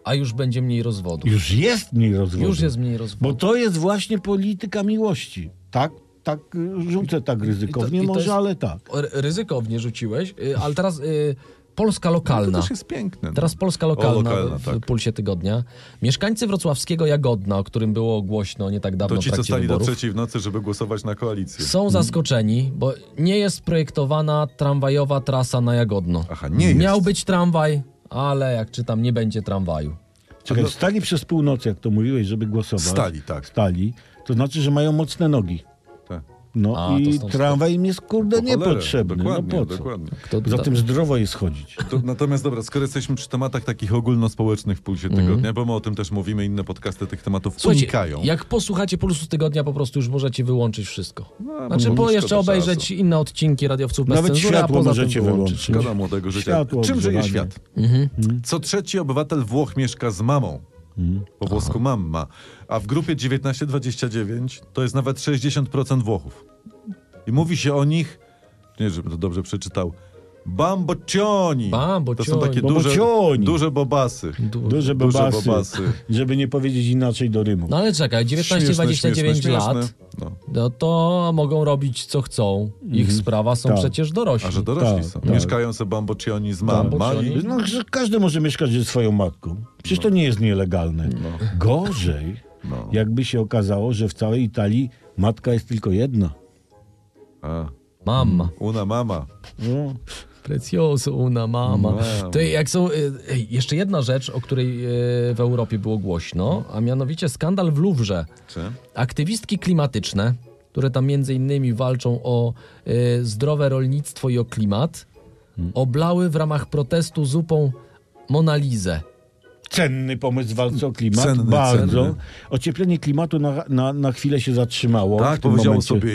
Speaker 3: a już będzie mniej rozwodu.
Speaker 1: Już jest mniej rozwodu.
Speaker 3: Już jest mniej
Speaker 1: Bo
Speaker 3: rozwodu.
Speaker 1: to jest właśnie polityka miłości. Tak, tak, y, rzucę tak ryzykownie,
Speaker 3: i to
Speaker 1: może,
Speaker 3: jest-
Speaker 1: ale tak.
Speaker 3: R- Ryzykownie rzuciłeś, y, ale teraz y, Polska
Speaker 2: To
Speaker 3: lokalna.
Speaker 2: też jest piękne. no.
Speaker 3: Teraz Polska lokalna,
Speaker 2: O, lokalna,
Speaker 3: w
Speaker 2: tak.
Speaker 3: Pulsie Tygodnia. Mieszkańcy wrocławskiego Jagodna, o którym było głośno nie tak dawno
Speaker 2: To ci,
Speaker 3: w
Speaker 2: co
Speaker 3: trakcie
Speaker 2: stali do Hmm.
Speaker 3: wyborów,
Speaker 2: trzeciej w nocy, żeby głosować na koalicję.
Speaker 3: są zaskoczeni, bo nie jest projektowana tramwajowa trasa na Jagodno.
Speaker 2: Aha, nie jest.
Speaker 3: Miał być tramwaj, ale jak czytam, nie będzie tramwaju.
Speaker 1: Czekaj,
Speaker 2: no-
Speaker 1: stali przez północ, jak to mówiłeś, żeby głosować.
Speaker 2: Stali, tak.
Speaker 1: Stali. To znaczy, że mają mocne nogi.
Speaker 2: Tak.
Speaker 1: No
Speaker 3: A, to
Speaker 1: i
Speaker 3: stąd-
Speaker 1: tramwaj im jest kurde
Speaker 2: Po cholerę,
Speaker 1: niepotrzebny. No
Speaker 2: Dokładnie,
Speaker 1: po co?
Speaker 2: dokładnie.
Speaker 3: Kto
Speaker 1: Zatem zdrowo jest chodzić.
Speaker 2: To, natomiast dobra, skoro jesteśmy przy tematach takich ogólnospołecznych w Pulsie Tygodnia, bo my o tym też mówimy, inne podcasty tych tematów
Speaker 3: Mhm. Słuchajcie,
Speaker 2: unikają.
Speaker 3: jak posłuchacie Pulsu Tygodnia, po prostu już możecie wyłączyć wszystko.
Speaker 2: No,
Speaker 3: Znaczy,
Speaker 2: bo
Speaker 3: po jeszcze
Speaker 2: szkoda
Speaker 3: obejrzeć
Speaker 2: czasu.
Speaker 3: inne odcinki Radiowców Bez
Speaker 1: Nawet
Speaker 3: Cenzury, a
Speaker 1: światło
Speaker 3: poza
Speaker 1: możecie
Speaker 3: tym wyłączyć.
Speaker 1: wyłączyć.
Speaker 2: Szkoda młodego życia.
Speaker 1: Światło Hmm?
Speaker 2: Czym żyje
Speaker 1: ogrzewanie.
Speaker 2: świat?
Speaker 3: Mhm.
Speaker 2: Co trzeci obywatel Włoch mieszka z mamą.
Speaker 1: Hmm?
Speaker 2: Po włosku mamma. A w grupie 19-29 to jest nawet 60% Włochów. I mówi się o nich, nie żebym to dobrze przeczytał, bambocioni. To są
Speaker 3: Bambocioni.
Speaker 2: takie duże,
Speaker 1: Bambocioni.
Speaker 2: duże bobasy.
Speaker 3: Du-
Speaker 1: Duże
Speaker 2: Duże
Speaker 1: babasy.
Speaker 2: bobasy.
Speaker 1: Żeby nie powiedzieć inaczej do rymu.
Speaker 3: No ale czekaj, 19-29 lat,
Speaker 2: No.
Speaker 3: no to mogą robić co chcą. Ich sprawa są
Speaker 1: Tak.
Speaker 3: przecież dorośli.
Speaker 2: No, A że dorośli
Speaker 1: Tak,
Speaker 2: są.
Speaker 1: tak.
Speaker 2: Mieszkają sobie bambocioni z mamma.
Speaker 3: Bambocioni.
Speaker 2: I...
Speaker 1: No, że każdy może mieszkać ze swoją matką. Przecież to nie jest nielegalne. Gorzej,
Speaker 2: No.
Speaker 1: jakby się okazało, że w całej Italii matka jest tylko jedna.
Speaker 2: A,
Speaker 3: Mama.
Speaker 2: una mama.
Speaker 1: No,
Speaker 3: Precioso, una mama.
Speaker 2: Wow.
Speaker 3: To jak są. y, Ej, jeszcze jedna rzecz, o której y, w Europie było głośno, a mianowicie skandal w Luwrze.
Speaker 2: Czy?
Speaker 3: Aktywistki klimatyczne, które tam między innymi walczą o y, zdrowe rolnictwo i o klimat, oblały w ramach protestu zupą Monalizę.
Speaker 1: Cenny pomysł walce o klimat.
Speaker 2: Cenny,
Speaker 1: bardzo.
Speaker 2: cenny.
Speaker 1: Ocieplenie klimatu na, na, na chwilę się zatrzymało. w
Speaker 2: Tak,
Speaker 1: tym
Speaker 2: powiedział
Speaker 1: momencie. No.
Speaker 2: sobie,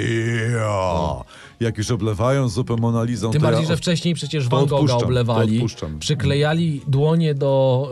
Speaker 2: ja, jak już oblewają zupę Monalizą,
Speaker 3: Tym
Speaker 2: to
Speaker 3: bardziej,
Speaker 2: ja
Speaker 3: że wcześniej przecież Van Gogha
Speaker 2: odpuszczam, to
Speaker 3: oblewali,
Speaker 2: odpuszczam.
Speaker 3: przyklejali dłonie do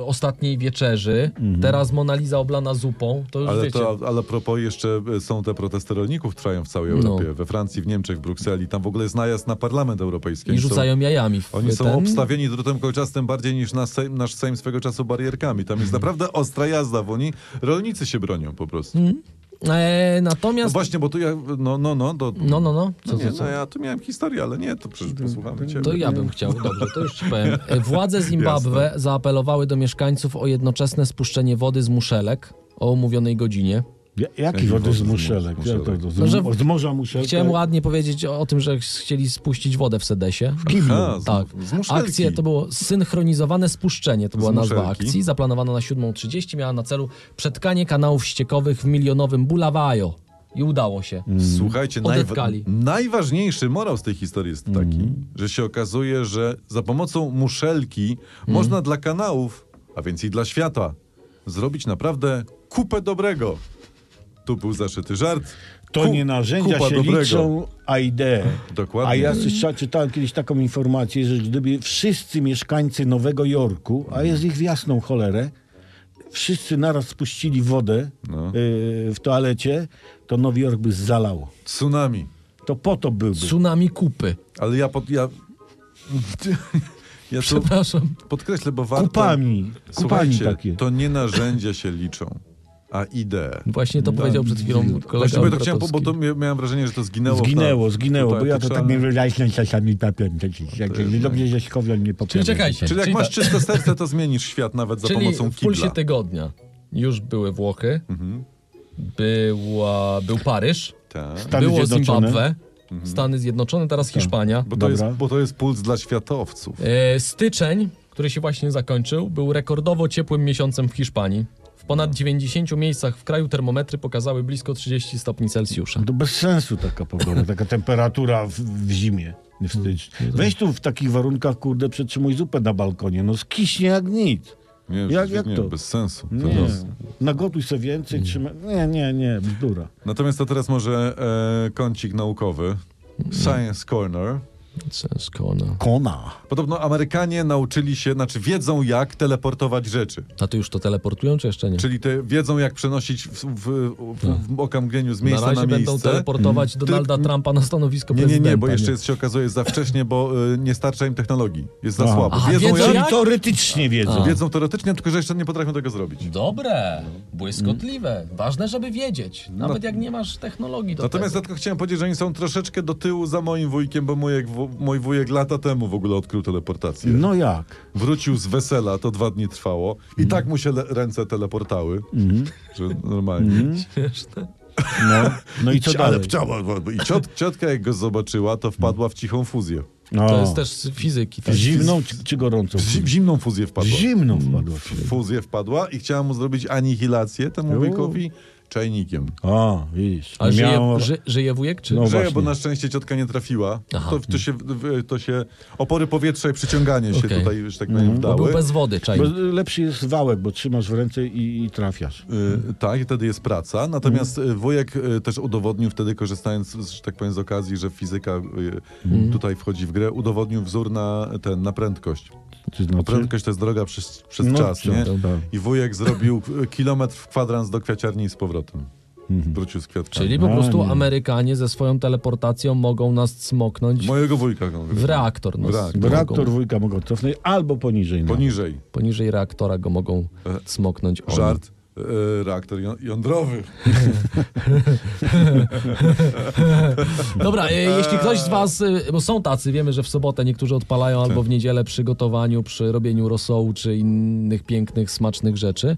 Speaker 3: ostatniej wieczerzy, teraz Monaliza oblana zupą, to już
Speaker 2: Mhm. Ale,
Speaker 3: wiecie.
Speaker 2: to, ale a propos jeszcze y, są te protesty rolników trwają w
Speaker 3: No.
Speaker 2: całej Europie, we Francji, w Niemczech, w Brukseli. Tam w ogóle jest najazd na Parlament Europejski.
Speaker 3: I
Speaker 2: Oni
Speaker 3: rzucają jajami. W
Speaker 2: Są, oni
Speaker 3: ten-
Speaker 2: są obstawieni drutem kolczastym bardziej niż nasz Sejm, nasz Sejm swego czasu barierkami. Tam
Speaker 3: Hmm.
Speaker 2: jest naprawdę ostra jazda, bo oni, rolnicy się bronią po prostu.
Speaker 3: Hmm. E,
Speaker 2: No
Speaker 3: natomiast...
Speaker 2: właśnie, bo tu ja, no, no, no, do,
Speaker 3: No, no, no.
Speaker 2: no
Speaker 3: Co,
Speaker 2: nie,
Speaker 3: co, co?
Speaker 2: no ja tu miałem historię, ale nie, to przecież posłuchamy ciebie.
Speaker 3: To ja bym chciał, dobrze, to już ci powiem. E, Władze Zimbabwe zaapelowały do mieszkańców o jednoczesne spuszczenie wody z muszelek o umówionej godzinie.
Speaker 1: Ja, jaki
Speaker 2: Jaki
Speaker 1: wody
Speaker 2: wody
Speaker 1: z
Speaker 2: z
Speaker 1: muszelek? Ja to- to Z,
Speaker 3: No, że-
Speaker 1: z morza muszelek. tak?
Speaker 3: Chciałem ładnie powiedzieć o, o tym, że chcieli spuścić wodę w Sedesie.
Speaker 2: Aha, z,
Speaker 3: Tak.
Speaker 2: z muszelki.
Speaker 3: Akcje to było synchronizowane spuszczenie, to była nazwa
Speaker 2: muszelki.
Speaker 3: akcji, zaplanowana na 7.30, miała na celu przetkanie kanałów ściekowych w milionowym Bulawajo. I udało się.
Speaker 2: Mm.
Speaker 1: Mhm.
Speaker 2: Słuchajcie, najwa
Speaker 3: Odetkali.
Speaker 2: najważniejszy morał z tej historii jest taki,
Speaker 1: Mhm.
Speaker 2: że się okazuje, że za pomocą muszelki
Speaker 1: Mhm.
Speaker 2: można dla kanałów, a więc i dla świata, zrobić naprawdę kupę dobrego. Tu był zaszyty żart.
Speaker 1: To
Speaker 2: Ku-
Speaker 1: nie narzędzia
Speaker 2: kupa
Speaker 1: się liczą, a idee.
Speaker 2: Dokładnie.
Speaker 1: A ja słysza, czytałem kiedyś taką informację, że gdyby wszyscy mieszkańcy Nowego Jorku, a
Speaker 2: Mhm.
Speaker 1: jest ich w jasną cholerę, wszyscy naraz spuścili wodę
Speaker 2: No.
Speaker 1: y, w toalecie, to Nowy Jork by zalało.
Speaker 2: Tsunami.
Speaker 1: To po to byłby.
Speaker 3: Tsunami kupy.
Speaker 2: Ale ja pod... Ja, ja tu
Speaker 3: Przepraszam.
Speaker 2: podkreślę, bo warto...
Speaker 1: Kupami. Kupami
Speaker 2: Słuchajcie,
Speaker 1: takie.
Speaker 2: to nie narzędzia się liczą, a idee.
Speaker 3: Właśnie to powiedział przed chwilą kolega
Speaker 2: No, Właśnie, bo ja to chciałem, po- bo
Speaker 3: Obratowski.
Speaker 2: to mia- miałem wrażenie, że to zginęło.
Speaker 1: Zginęło, zginęło,
Speaker 2: tutaj, No,
Speaker 1: bo ja to tak
Speaker 2: otoczone.
Speaker 1: nie wyraźnie czasami papiam. Dobrze, że Skowron nie poprawił.
Speaker 3: Czyli czekajcie.
Speaker 2: Czyli jak
Speaker 3: czyli
Speaker 1: tak.
Speaker 2: masz
Speaker 3: ta-
Speaker 2: czyste serce, to zmienisz świat nawet za
Speaker 3: Czyli
Speaker 2: pomocą
Speaker 3: w pulsie
Speaker 2: kibla. Mhm.
Speaker 3: tygodnia już były Włochy, była, był Paryż,
Speaker 2: Tak.
Speaker 1: Stany
Speaker 3: było
Speaker 1: Zjednoczone.
Speaker 3: Zimbabwe,
Speaker 2: Mhm.
Speaker 3: Stany Zjednoczone, teraz Hiszpania.
Speaker 2: Bo to, jest,
Speaker 1: Dobra.
Speaker 2: bo to jest puls dla światowców.
Speaker 3: E, Styczeń, który się właśnie zakończył, był rekordowo ciepłym miesiącem w Hiszpanii. W ponad 90 miejscach w kraju termometry pokazały blisko 30 stopni Celsjusza.
Speaker 1: No To bez sensu taka pogoda, taka temperatura w, w zimie. W styczniu. Weź tu w takich warunkach, kurde, przetrzymuj zupę na balkonie. No skiśnie jak nic.
Speaker 2: Nie,
Speaker 1: Jak-
Speaker 2: nie,
Speaker 1: jak
Speaker 2: nie,
Speaker 1: to? No.
Speaker 2: bez sensu. To
Speaker 1: Nie.
Speaker 2: jest-
Speaker 1: Nagotuj sobie więcej, trzymaj. Nie, nie, nie, bzdura.
Speaker 2: Natomiast to teraz może e, kącik naukowy.
Speaker 1: No.
Speaker 2: Science Corner.
Speaker 3: Sęskona.
Speaker 1: Kona.
Speaker 2: Podobno Amerykanie nauczyli się, znaczy wiedzą jak teleportować rzeczy.
Speaker 3: A to już to teleportują, czy jeszcze nie?
Speaker 2: Czyli te wiedzą jak przenosić w, w, w,
Speaker 1: Tak.
Speaker 2: w okamgnieniu z
Speaker 3: na
Speaker 2: miejsca na,
Speaker 3: razie
Speaker 2: miejsce. Mm.
Speaker 3: będą teleportować Donalda Trumpa na stanowisko
Speaker 2: Nie, nie,
Speaker 3: prezydenta.
Speaker 2: nie, bo jeszcze jest, się okazuje za wcześnie, bo y, nie starcza im technologii. Jest za
Speaker 1: Aha.
Speaker 2: słabo.
Speaker 3: Aha,
Speaker 2: wiedzą,
Speaker 3: wiedzą
Speaker 2: jak?
Speaker 1: Czyli
Speaker 3: jak?
Speaker 1: teoretycznie wiedzą.
Speaker 2: Wiedzą teoretycznie, tylko że jeszcze nie potrafią tego zrobić.
Speaker 3: Dobre, błyskotliwe. Ważne, żeby wiedzieć. Nawet jak nie masz technologii do
Speaker 2: Mm. No. Natomiast
Speaker 3: tego.
Speaker 2: tylko chciałem powiedzieć, że oni są troszeczkę do tyłu za moim wujkiem, bo mój, mój wujek lata temu w ogóle odkrył teleportację.
Speaker 1: No jak?
Speaker 2: Wrócił z wesela, to dwa dni trwało. I tak mu się le- ręce teleportały, że normalnie.
Speaker 1: No, no i co
Speaker 2: Ale
Speaker 1: dalej?
Speaker 2: chciała, I ciot, ciotka jak go zobaczyła, to wpadła w cichą fuzję.
Speaker 1: No.
Speaker 3: To jest też z fizyki.
Speaker 1: W
Speaker 3: Tak?
Speaker 1: Zimną czy, czy gorącą?
Speaker 2: W zi- w zimną fuzję
Speaker 1: W
Speaker 2: wpadła.
Speaker 1: Zimną wpadła.
Speaker 2: W fuzję wpadła i chciała mu zrobić anihilację temu
Speaker 1: Uuu.
Speaker 2: wujkowi czajnikiem.
Speaker 1: A, widzisz.
Speaker 3: A żyje,
Speaker 1: Miała-
Speaker 3: ży, żyje wujek, czy...
Speaker 1: No.
Speaker 2: Że ja, bo
Speaker 1: właśnie.
Speaker 2: na szczęście ciotka nie trafiła.
Speaker 3: Aha.
Speaker 2: To, to, się, w- to się opory powietrza i przyciąganie się
Speaker 3: Okej. Mhm.
Speaker 2: tutaj, że tak powiem,
Speaker 3: Bo
Speaker 2: wdały.
Speaker 3: był bez wody, czaj.
Speaker 1: Bo lepszy jest wałek, bo trzymasz w ręce i, i trafiasz.
Speaker 2: Y, tak, i wtedy jest praca. Natomiast y, wujek y, też udowodnił wtedy, korzystając, z, że tak powiem, z okazji, że fizyka y,
Speaker 3: Mhm.
Speaker 2: tutaj wchodzi w grę, udowodnił wzór na ten, na prędkość.
Speaker 1: Czy znaczy?
Speaker 2: Prędkość to jest droga przez, przez
Speaker 1: No,
Speaker 2: czas, nie?
Speaker 1: tak, tak.
Speaker 2: I wujek zrobił y, kilometr w kwadrans do kwiaciarni i z powrotem. Wrócił z kwiatkami.
Speaker 3: Mhm. Czyli po
Speaker 1: A,
Speaker 3: prostu
Speaker 1: nie.
Speaker 3: Amerykanie ze swoją teleportacją mogą nas smoknąć
Speaker 2: Mojego wujka. no,
Speaker 3: w reaktor. Nas
Speaker 2: W reaktor.
Speaker 1: Bo
Speaker 3: mogą.
Speaker 1: reaktor wujka mogą cofnąć albo poniżej. No.
Speaker 2: Poniżej.
Speaker 3: Poniżej reaktora go mogą
Speaker 2: E,
Speaker 3: smoknąć. oni.
Speaker 2: Żart. y, Reaktor ją- jądrowy.
Speaker 3: Dobra, e, jeśli ktoś z was, e, bo są tacy, wiemy, że w sobotę niektórzy odpalają albo w niedzielę przy gotowaniu, przy robieniu rosołu czy innych pięknych, smacznych rzeczy,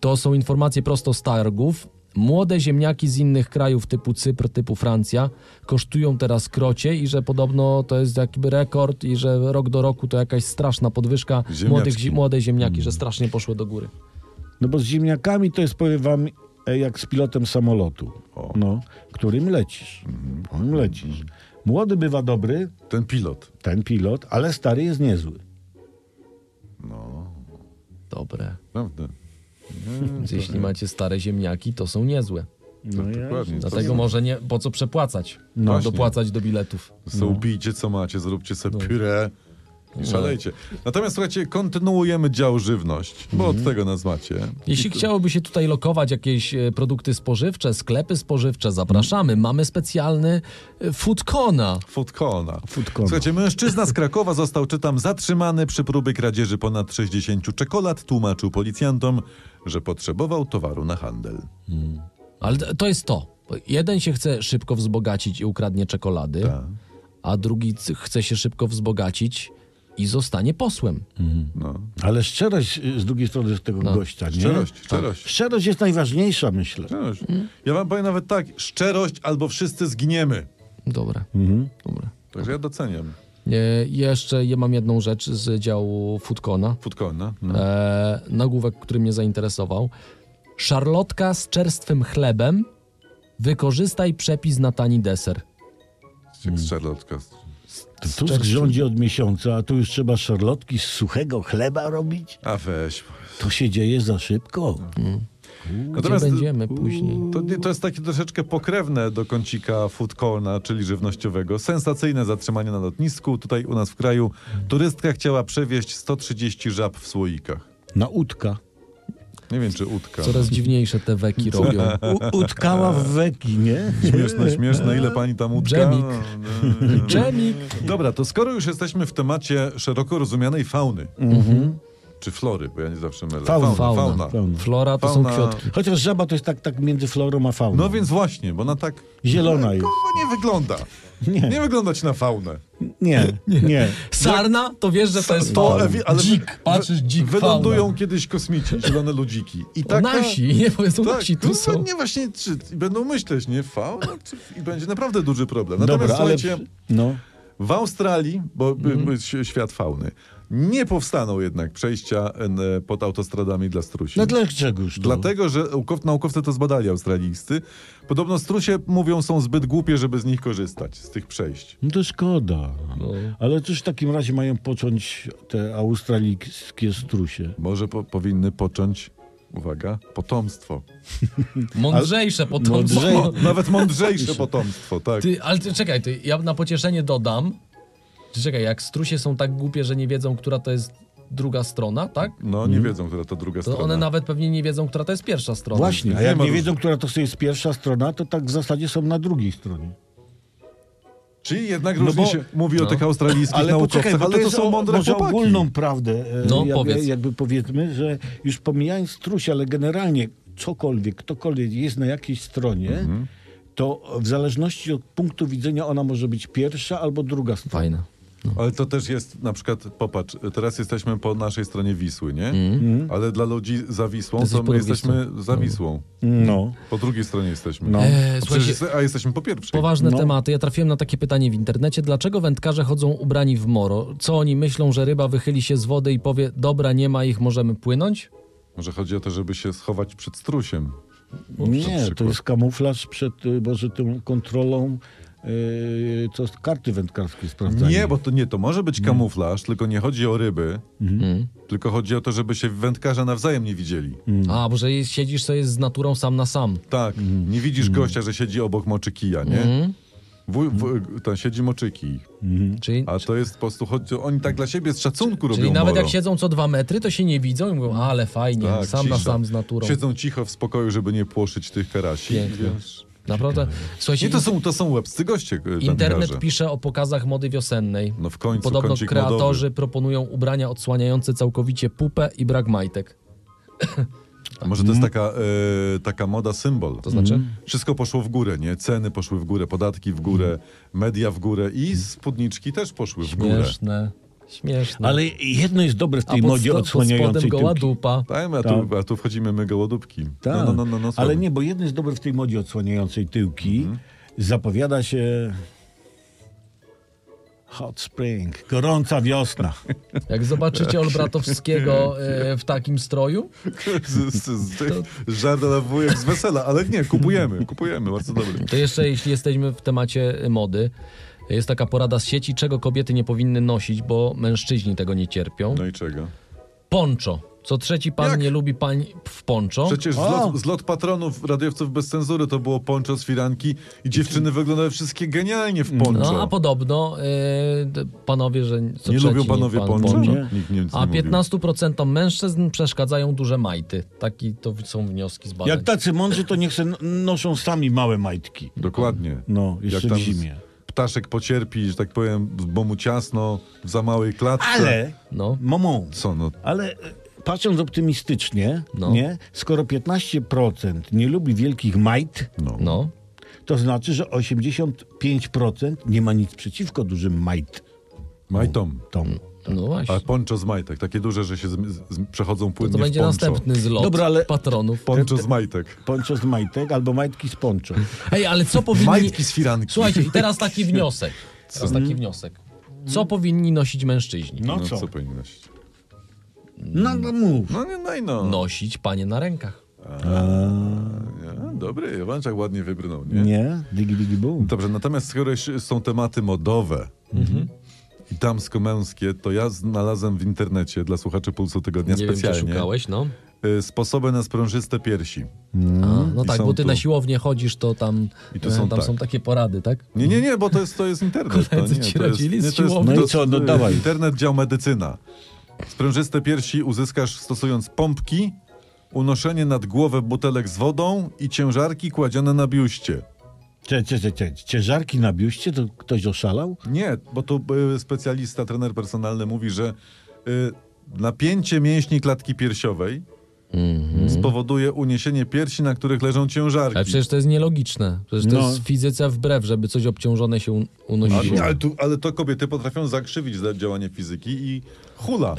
Speaker 3: to są informacje prosto z targów. Młode ziemniaki z innych krajów typu Cypr, typu Francja kosztują teraz krocie i że podobno to jest jakby rekord i że rok do roku to jakaś straszna podwyżka
Speaker 2: Ziemniaczki.
Speaker 3: młodych, zi- młode ziemniaki, że strasznie poszły do góry.
Speaker 1: no bo z ziemniakami to jest, powiem wam, e, jak z pilotem samolotu,
Speaker 2: O. Mhm.
Speaker 1: no, którym lecisz. Którym lecisz. Młody bywa dobry,
Speaker 2: Ten pilot.
Speaker 1: ten pilot, ale stary jest niezły.
Speaker 2: No,
Speaker 3: Dobre.
Speaker 2: prawda.
Speaker 3: Więc jeśli macie stare ziemniaki, to są niezłe.
Speaker 1: No
Speaker 2: Tak, dokładnie.
Speaker 1: jasne.
Speaker 3: Dlatego może nie, po co przepłacać?
Speaker 2: No.
Speaker 3: No, dopłacać do biletów.
Speaker 2: Zoubijcie co macie, zróbcie sobie puree i szalejcie. Natomiast słuchajcie, kontynuujemy dział żywność, bo od tego nas macie.
Speaker 3: Jeśli chciałoby się tutaj lokować jakieś e, produkty spożywcze, sklepy spożywcze, zapraszamy. Mamy specjalny e, food cona.
Speaker 2: Futkona.
Speaker 1: Futkona.
Speaker 2: Słuchajcie, mężczyzna z Krakowa został, czytam, zatrzymany przy próbie kradzieży ponad 60 czekolad. Tłumaczył policjantom, że potrzebował towaru na handel.
Speaker 3: Ale t- to jest to. Jeden się chce szybko wzbogacić i ukradnie czekolady, a drugi c- chce się szybko wzbogacić i zostanie posłem.
Speaker 2: No.
Speaker 1: Ale szczerość y, z drugiej strony z tego gościa, nie? Tak.
Speaker 2: Szczerość, szczerość. Tak.
Speaker 1: Szczerość jest najważniejsza, myślę.
Speaker 2: Szczerość.
Speaker 3: Mhm.
Speaker 2: Ja wam powiem nawet tak, szczerość albo wszyscy zginiemy.
Speaker 3: Dobra. Dobra.
Speaker 2: Także ja doceniam
Speaker 3: E, jeszcze ja mam jedną rzecz z działu food cona.
Speaker 2: Futkona. No.
Speaker 3: e, nagłówek, który mnie zainteresował. Szarlotka z czerstwym chlebem. Wykorzystaj przepis na tani deser.
Speaker 2: Jak Charlotte.
Speaker 1: Tu rządzi od miesiąca, a tu już trzeba szarlotki z suchego chleba robić?
Speaker 2: A weź.
Speaker 1: To się dzieje za szybko.
Speaker 2: No.
Speaker 3: Gdzie będziemy później?
Speaker 2: To, nie- to jest takie troszeczkę pokrewne do kącika food corna, czyli żywnościowego. Sensacyjne zatrzymanie na lotnisku. Tutaj u nas w kraju turystka chciała przewieźć 130 żab w słoikach.
Speaker 1: Na utka.
Speaker 2: Nie wiem, czy utka.
Speaker 3: Coraz dziwniejsze te weki robią.
Speaker 1: U, utkała w weki, nie?
Speaker 2: Śmieszne, śmieszne. Ile pani tam utka?
Speaker 3: Dżemik.
Speaker 2: No, no, no.
Speaker 3: Dżemik!
Speaker 2: Dobra, to skoro już jesteśmy w temacie szeroko rozumianej fauny, Czy flory, bo ja nie zawsze mylę.
Speaker 1: Mhm. Fauna,
Speaker 2: fauna.
Speaker 3: fauna.
Speaker 1: Fauna.
Speaker 3: Flora to są
Speaker 2: Fauna.
Speaker 3: kwiatki.
Speaker 1: Chociaż żaba to jest tak, tak między florą a fauną.
Speaker 2: No więc właśnie, bo ona tak...
Speaker 1: Zielona jest.
Speaker 2: Kurwa nie wygląda.
Speaker 1: Nie.
Speaker 2: Nie wygląda ci na faunę.
Speaker 1: Nie, nie.
Speaker 3: Sarna, to wiesz, że to jest fauna.
Speaker 2: ewi- ale
Speaker 3: Dzik,
Speaker 2: wy-
Speaker 3: patrzysz,
Speaker 2: wy-
Speaker 3: dzik,
Speaker 2: Wylądują
Speaker 3: fauna.
Speaker 2: kiedyś kosmici, zielone ludziki. I
Speaker 3: To
Speaker 2: taka...
Speaker 3: Nasi, nie, bo są
Speaker 2: Tak,
Speaker 3: nasi, tu
Speaker 2: kurwa,
Speaker 3: są.
Speaker 2: nie właśnie, czy, i będą myśleć, nie, fauna, czy, i będzie naprawdę duży problem. Natomiast
Speaker 1: Dobra, ale...
Speaker 2: słuchajcie,
Speaker 1: No.
Speaker 2: w Australii, bo
Speaker 1: Mhm.
Speaker 2: mm. świat fauny, nie powstaną jednak przejścia n, pod autostradami dla strusi.
Speaker 1: No dlaczegoż to?
Speaker 2: Dlatego, że naukow- naukowcy to zbadali, australijscy. Podobno strusie, mówią, są zbyt głupie, żeby z nich korzystać, z tych przejść.
Speaker 1: No to szkoda. Ale cóż w takim razie mają począć te australijskie strusie?
Speaker 2: Może po- powinny począć, uwaga, potomstwo.
Speaker 3: Mądrzejsze potomstwo.
Speaker 1: Mądrzej-
Speaker 2: O, nawet mądrzejsze potomstwo, tak.
Speaker 3: Ty, ale ty, czekaj, ty, ja na pocieszenie dodam. że Czekaj, jak strusie są tak głupie, że nie wiedzą, która to jest druga strona, tak?
Speaker 2: No, nie wiedzą, która to druga
Speaker 3: To
Speaker 2: strona.
Speaker 3: one nawet pewnie nie wiedzą, która to jest pierwsza strona.
Speaker 1: Właśnie, a
Speaker 2: Nie
Speaker 1: jak
Speaker 2: ma
Speaker 1: nie
Speaker 2: różnic.
Speaker 1: wiedzą, która to jest pierwsza strona, to tak w zasadzie są na drugiej stronie.
Speaker 2: Czyli jednak
Speaker 1: No
Speaker 2: różnie
Speaker 1: bo-
Speaker 2: się mówi o tych australijskich
Speaker 1: Ale
Speaker 2: naukowcach,
Speaker 1: poczekaj, bo
Speaker 2: ale
Speaker 1: to,
Speaker 2: to,
Speaker 1: jest
Speaker 2: są
Speaker 1: o-
Speaker 2: mądre
Speaker 1: może
Speaker 2: chłopaki.
Speaker 1: ogólną prawdę, e,
Speaker 3: No,
Speaker 1: jakby,
Speaker 3: powiedz.
Speaker 1: jakby powiedzmy, że już pomijając strusie, ale generalnie cokolwiek, ktokolwiek jest na jakiejś stronie,
Speaker 3: Mhm.
Speaker 1: to w zależności od punktu widzenia ona może być pierwsza albo druga strona.
Speaker 3: Fajne.
Speaker 2: Ale to też jest, na przykład, popatrz, teraz jesteśmy po naszej stronie Wisły, nie?
Speaker 1: Mhm.
Speaker 2: Ale dla ludzi za Wisłą,
Speaker 3: Jesteś
Speaker 2: to
Speaker 3: Mhm. po
Speaker 2: my
Speaker 3: drugiej
Speaker 2: jesteśmy za Wisłą.
Speaker 1: No.
Speaker 2: Po drugiej stronie jesteśmy.
Speaker 1: No.
Speaker 2: No.
Speaker 1: Eee,
Speaker 3: E, słuchajcie-
Speaker 2: a jesteśmy po pierwszej.
Speaker 3: Poważne
Speaker 1: No.
Speaker 3: tematy. Ja trafiłem na takie pytanie w internecie. Dlaczego wędkarze chodzą ubrani w moro? Co oni myślą, że ryba wychyli się z wody i powie, dobra, nie ma ich, możemy płynąć?
Speaker 2: Może chodzi o to, żeby się schować przed strusiem. no, Na
Speaker 1: Nie, to
Speaker 2: przykład.
Speaker 1: jest kamuflaż przed y, Boże, tą kontrolą, y, co karty wędkarskie sprawdzają.
Speaker 2: Nie, bo to nie, to może być kamuflaż, tylko nie chodzi o ryby,
Speaker 1: Mhm.
Speaker 3: Mhm.
Speaker 2: tylko chodzi o to, żeby się wędkarze nawzajem nie widzieli.
Speaker 1: Mhm.
Speaker 3: A, bo że jest- siedzisz sobie z naturą sam na sam.
Speaker 2: Tak,
Speaker 1: Mhm.
Speaker 2: nie widzisz gościa, że siedzi obok moczykija, nie?
Speaker 3: Mhm.
Speaker 2: W, w, tam siedzi moczyki.
Speaker 3: Czyli,
Speaker 2: Hmm. A to jest po prostu, chodzi, oni tak dla siebie z szacunku robią
Speaker 3: czyli nawet
Speaker 2: moro.
Speaker 3: jak siedzą co dwa metry, to się nie widzą i mówią, ale fajnie,
Speaker 2: Tak,
Speaker 3: sam na
Speaker 2: cisza.
Speaker 3: sam z naturą.
Speaker 2: Siedzą cicho w spokoju, żeby nie płoszyć tych karasi.
Speaker 3: Piękne.
Speaker 2: Wiesz?
Speaker 3: Naprawdę. Słuchajcie,
Speaker 2: Nie, to są, to są łebscy goście. e, wędkarze.
Speaker 3: internet pisze o pokazach mody wiosennej.
Speaker 2: No w końcu
Speaker 3: Podobno
Speaker 2: kącik
Speaker 3: kreatorzy
Speaker 2: modowy.
Speaker 3: proponują ubrania odsłaniające całkowicie pupę i brak majtek.
Speaker 2: Może to jest
Speaker 1: Mm.
Speaker 2: taka, e, taka moda symbol.
Speaker 3: To znaczy?
Speaker 2: Wszystko poszło w górę, nie? Ceny poszły w górę, podatki w
Speaker 3: Mm.
Speaker 2: górę, media w górę i spódniczki też poszły w górę.
Speaker 3: Śmieszne. Śmieszne.
Speaker 1: Ale jedno jest dobre w
Speaker 3: A
Speaker 1: tej
Speaker 3: pod
Speaker 1: modzie
Speaker 3: sto- pod
Speaker 1: odsłaniającej
Speaker 3: spodem goła
Speaker 1: tyłki.
Speaker 3: dupa.
Speaker 2: Tak, a tu, a tu wchodzimy my gołodupki.
Speaker 1: Tak.
Speaker 2: No, no, no, no, no,
Speaker 1: Ale
Speaker 2: słabe.
Speaker 1: nie, bo jedno jest dobre w tej modzie odsłaniającej tyłki.
Speaker 2: Mhm.
Speaker 1: Zapowiada się hot spring, gorąca wiosna.
Speaker 3: Jak zobaczycie Olbratowskiego e, w takim stroju,
Speaker 2: Z, z, z, z żarda na wujek z wesela, ale nie, kupujemy, kupujemy, bardzo dobry.
Speaker 3: to jeszcze jeśli jesteśmy w temacie mody, jest taka porada z sieci, czego kobiety nie powinny nosić, bo mężczyźni tego nie cierpią.
Speaker 2: No i czego?
Speaker 3: Poncho. Co trzeci pan
Speaker 2: Jak?
Speaker 3: nie lubi pań w poncho.
Speaker 2: Przecież
Speaker 1: O!
Speaker 2: zlot, zlot patronów radiowców bez cenzury to było poncho z firanki i dziewczyny wyglądały wszystkie genialnie w poncho.
Speaker 3: No a podobno e, d- panowie, że co
Speaker 2: nie
Speaker 3: trzeci
Speaker 2: lubią panowie
Speaker 3: pan
Speaker 2: poncho?
Speaker 1: poncho.
Speaker 2: Nie. Nikt nie, nic
Speaker 3: A
Speaker 2: nie mówił.
Speaker 3: 15% mężczyzn przeszkadzają duże majty. Taki to są wnioski z badań.
Speaker 1: Jak tacy mądrzy, to niech se n- noszą sami małe majtki.
Speaker 2: Dokładnie.
Speaker 1: No,
Speaker 2: Jak
Speaker 1: jeszcze w
Speaker 2: tam
Speaker 1: zimie.
Speaker 2: Ptaszek pocierpi, że tak powiem, bo mu ciasno, w za małej klatce.
Speaker 1: Ale,
Speaker 3: No.
Speaker 1: momą,
Speaker 2: Co, no,
Speaker 1: ale e, patrząc optymistycznie,
Speaker 3: No.
Speaker 1: nie, skoro 15% nie lubi wielkich majt,
Speaker 2: no.
Speaker 3: No.
Speaker 1: to znaczy, że 85% nie ma nic przeciwko dużym majtom.
Speaker 2: Majtom.
Speaker 3: No właśnie.
Speaker 2: A poncho z majtek, takie duże, że się z, z, przechodzą
Speaker 3: To,
Speaker 2: płynnie
Speaker 3: to będzie
Speaker 2: w poncho.
Speaker 3: następny zlot
Speaker 1: Dobra, ale-
Speaker 3: patronów.
Speaker 2: Poncho z majtek.
Speaker 1: Poncho z majtek albo majtki z poncho.
Speaker 3: Ej, ale co powinni...
Speaker 2: Majtki z firanki. Mhm.
Speaker 3: Słuchajcie, i teraz taki wniosek. Teraz taki wniosek. Co powinni nosić mężczyźni?
Speaker 1: No,
Speaker 2: No,
Speaker 1: co?
Speaker 2: co powinien nosić?
Speaker 1: No, no mów.
Speaker 2: No nie, no i no.
Speaker 3: Nosić panie na rękach.
Speaker 2: Nie, dobry, Iwanczak ładnie wybrnął, nie?
Speaker 1: Nie? Digi, digi, boom.
Speaker 2: Dobrze, natomiast skoro już są tematy modowe
Speaker 3: Mhm.
Speaker 2: i damsko-męskie, to ja znalazłem w internecie dla słuchaczy Pulsu Tygodnia
Speaker 3: Nie wiem, czy
Speaker 2: specjalnie
Speaker 3: szukałeś, no.
Speaker 2: y, sposoby na sprężyste piersi.
Speaker 3: A, no
Speaker 2: I
Speaker 3: tak,
Speaker 2: są
Speaker 3: bo ty
Speaker 2: tu.
Speaker 3: na siłownię chodzisz, to tam,
Speaker 2: I tu
Speaker 3: e,
Speaker 2: są
Speaker 3: tam
Speaker 2: tak.
Speaker 3: są takie porady, tak?
Speaker 2: Nie, nie, nie, bo to jest, to jest internet. To nie,
Speaker 3: Koledzy
Speaker 2: to
Speaker 3: ci
Speaker 2: jest,
Speaker 3: radzili z
Speaker 2: nie, to jest,
Speaker 3: siłowni?
Speaker 1: No i
Speaker 2: to-
Speaker 1: co, no
Speaker 2: y,
Speaker 1: dawaj.
Speaker 2: Internet dział medycyna. Sprężyste piersi uzyskasz stosując pompki, unoszenie nad głowę butelek z wodą i ciężarki kładzione na biuście.
Speaker 1: Cze, cze, cze, cze. Ciężarki na biuście? To ktoś oszalał?
Speaker 2: e, Nie, bo tu y, specjalista, trener personalny mówi, że y, napięcie mięśni klatki piersiowej spowoduje uniesienie piersi, na których leżą ciężarki.
Speaker 3: Ale przecież to jest nielogiczne. Przecież to
Speaker 1: No.
Speaker 3: jest fizyce wbrew, żeby coś obciążone się un- unosiło.
Speaker 2: Ale, ale, tu, ale to kobiety potrafią zakrzywić za działanie fizyki i hula.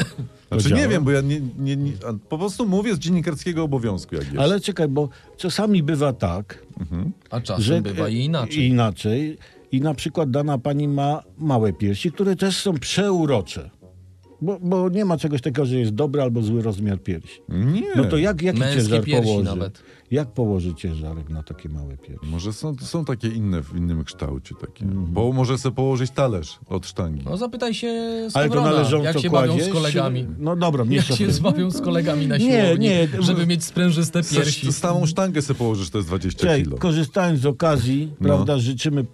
Speaker 2: Znaczy
Speaker 1: działa.
Speaker 2: nie wiem, bo ja nie, nie, nie, a po prostu mówię z dziennikarskiego obowiązku, jak jest.
Speaker 1: Ale czekaj, bo czasami bywa tak,
Speaker 3: A czasem
Speaker 1: że e,
Speaker 3: bywa i inaczej.
Speaker 1: inaczej. I na przykład dana pani ma małe piersi, które też są przeurocze. Bo, bo nie ma czegoś takiego, że jest dobry albo zły rozmiar piersi.
Speaker 2: Nie.
Speaker 1: No to jak, jaki
Speaker 3: Męskie
Speaker 1: ciężar
Speaker 3: piersi
Speaker 1: położy?
Speaker 3: nawet.
Speaker 1: Jak położy ciężarek na takie małe piersi?
Speaker 2: Może są, są takie inne w innym kształcie takie. Bo może sobie położyć talerz od sztangi.
Speaker 3: No zapytaj się
Speaker 1: Ale to
Speaker 3: Skowrona,
Speaker 1: należąco
Speaker 3: jak się
Speaker 1: kładziesz?
Speaker 3: bawią z kolegami.
Speaker 1: No dobra,
Speaker 3: Jak
Speaker 1: mniejsza
Speaker 3: się
Speaker 1: z tym.
Speaker 3: zbawią z kolegami na
Speaker 1: Nie,
Speaker 3: siłowni,
Speaker 1: nie,
Speaker 3: żeby
Speaker 1: bo-
Speaker 3: mieć sprężyste piersi.
Speaker 2: Coś, samą sztangę sobie położysz, to jest 20
Speaker 1: Cześć,
Speaker 2: kilo. No.
Speaker 1: korzystając z okazji, prawda, życzymy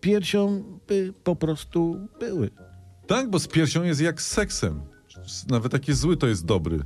Speaker 1: piersiom, by po prostu były.
Speaker 2: Tak, bo z piersią jest jak z seksem. S- Nawet taki zły to jest dobry.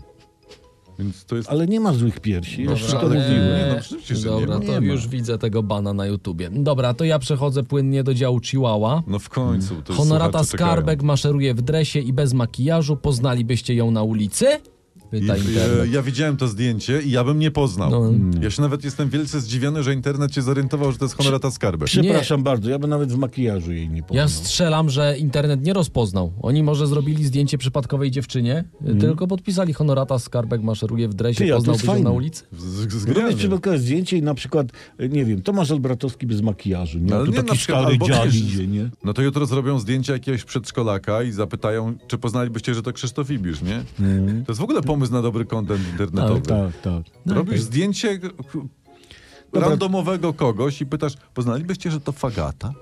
Speaker 2: Więc to jest...
Speaker 1: Ale nie ma złych piersi,
Speaker 2: Dobra,
Speaker 1: już ci to
Speaker 2: ale-
Speaker 1: mówiłem.
Speaker 2: Nie, no przecież, że nie
Speaker 3: Dobra,
Speaker 2: ma.
Speaker 3: to
Speaker 1: Nie ma.
Speaker 3: już widzę tego bana na YouTubie. Dobra, to ja przechodzę płynnie do działu Chihuahua.
Speaker 2: No w końcu. To
Speaker 3: Honorata
Speaker 2: słuchacze czekają.
Speaker 3: Skarbek maszeruje w dresie i bez makijażu. Poznalibyście ją na ulicy?
Speaker 2: I,
Speaker 3: Pyta
Speaker 2: e,
Speaker 3: internet.
Speaker 2: ja widziałem to zdjęcie i ja bym nie poznał.
Speaker 3: No.
Speaker 2: Ja się nawet jestem wielce zdziwiony, że internet się zorientował, że to jest Honorata Skarbek.
Speaker 1: Przepraszam bardzo, ja bym nawet w makijażu jej nie poznał.
Speaker 3: Ja strzelam, że internet nie rozpoznał. Oni może zrobili zdjęcie przypadkowej dziewczynie,
Speaker 2: Hmm.
Speaker 3: tylko podpisali honorata Skarbek maszeruje w dresie,
Speaker 1: Ty, a to
Speaker 3: poznałbyś
Speaker 1: jest
Speaker 3: ją na
Speaker 1: fajne.
Speaker 3: ulicy?
Speaker 2: Z- z- z-
Speaker 1: Robię
Speaker 2: genialnie.
Speaker 1: przypadkowe zdjęcie i na przykład, y, nie wiem, Tomasz Olbratowski bez makijażu, nie?
Speaker 2: No,
Speaker 1: No,
Speaker 2: ale
Speaker 1: tu
Speaker 2: nie, na
Speaker 1: taki
Speaker 2: przykład,
Speaker 1: stary
Speaker 2: albo
Speaker 1: dziad
Speaker 2: wiesz,
Speaker 1: idzie, nie?
Speaker 2: No to jutro zrobią zdjęcie jakiegoś przedszkolaka i zapytają, czy poznalibyście, że to Krzysztof Ibisz, nie? To jest w ogóle pomysł na dobry content internetowy.
Speaker 1: Mhm. Tak, tak.
Speaker 3: No.
Speaker 2: Robisz zdjęcie k- k-
Speaker 1: Dobra.
Speaker 2: randomowego kogoś i pytasz, poznalibyście, że to fagata?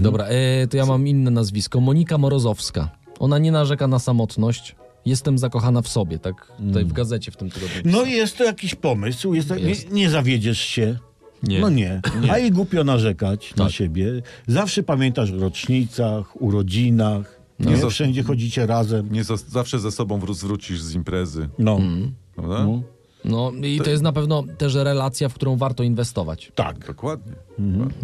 Speaker 3: Dobra, e, to ja mam inne nazwisko. Monika Morozowska. Ona nie narzeka na samotność. Jestem zakochana w sobie, tak tutaj w gazecie w tym tygodniu.
Speaker 1: No i jest to jakiś pomysł, jest to,
Speaker 3: Jest.
Speaker 1: Nie, nie zawiedziesz się.
Speaker 3: Nie. Tak.
Speaker 1: No nie. A i głupio narzekać na siebie. Zawsze pamiętasz o rocznicach, urodzinach.
Speaker 3: No.
Speaker 1: Nie
Speaker 2: za-
Speaker 1: wszędzie chodzicie razem.
Speaker 2: Nie zas- zawsze ze sobą wró- zwrócisz z imprezy.
Speaker 1: No,
Speaker 2: Mm. Prawda?
Speaker 3: No i to jest na pewno też relacja, w którą warto inwestować.
Speaker 1: tak.
Speaker 2: Dokładnie.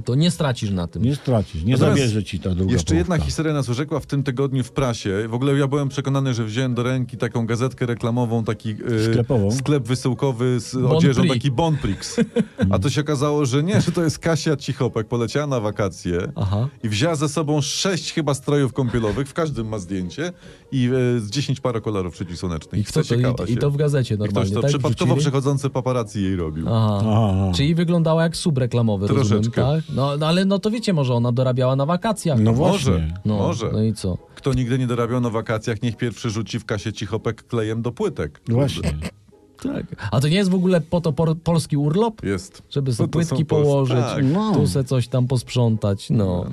Speaker 3: To nie stracisz na tym.
Speaker 1: Nie stracisz, nie
Speaker 2: Natomiast
Speaker 1: zabierze ci ta druga
Speaker 2: Jeszcze jedna
Speaker 1: połówka.
Speaker 2: historia nas urzekła w tym tygodniu w prasie. W ogóle ja byłem przekonany, że wziąłem do ręki taką gazetkę reklamową, taki e,
Speaker 1: Sklepową?
Speaker 2: sklep wysyłkowy z
Speaker 3: Bon
Speaker 2: odzieżą,
Speaker 3: Prix.
Speaker 2: taki Bonprix. A to się okazało, że nie, że to jest Kasia Cichopek. Poleciała na wakacje
Speaker 3: Aha.
Speaker 2: i wzięła ze sobą sześć chyba strojów kąpielowych, w każdym ma zdjęcie i e, z dziesięć par kolorów przeciwsłonecznych.
Speaker 3: I, kto to,
Speaker 2: Zaciekała
Speaker 3: i, I to
Speaker 2: się.
Speaker 3: w gazecie
Speaker 2: I ktoś
Speaker 3: normalnie,
Speaker 2: to
Speaker 3: tak?
Speaker 2: przypadkowo
Speaker 3: Wrzucili?
Speaker 2: przechodzący paparazzi jej robił.
Speaker 3: Aha.
Speaker 1: Aha.
Speaker 3: Czyli wyglądała jak sub reklamowy, rozumiem,
Speaker 2: Troszeczkę.
Speaker 3: tak? No, no ale no to wiecie, może ona dorabiała na wakacjach.
Speaker 1: No właśnie.
Speaker 2: Może,
Speaker 3: no,
Speaker 2: może.
Speaker 3: No i co?
Speaker 2: Kto nigdy nie dorabiał na wakacjach, niech pierwszy rzuci w kasie cichopek klejem do płytek.
Speaker 1: Właśnie.
Speaker 3: Tak. A to nie jest w ogóle po to por- polski urlop?
Speaker 2: Jest.
Speaker 3: Żeby
Speaker 2: No
Speaker 3: sobie
Speaker 2: to są
Speaker 3: płytki
Speaker 2: polscy-
Speaker 3: położyć,
Speaker 2: Tak.
Speaker 1: No.
Speaker 3: tu se coś tam posprzątać, no.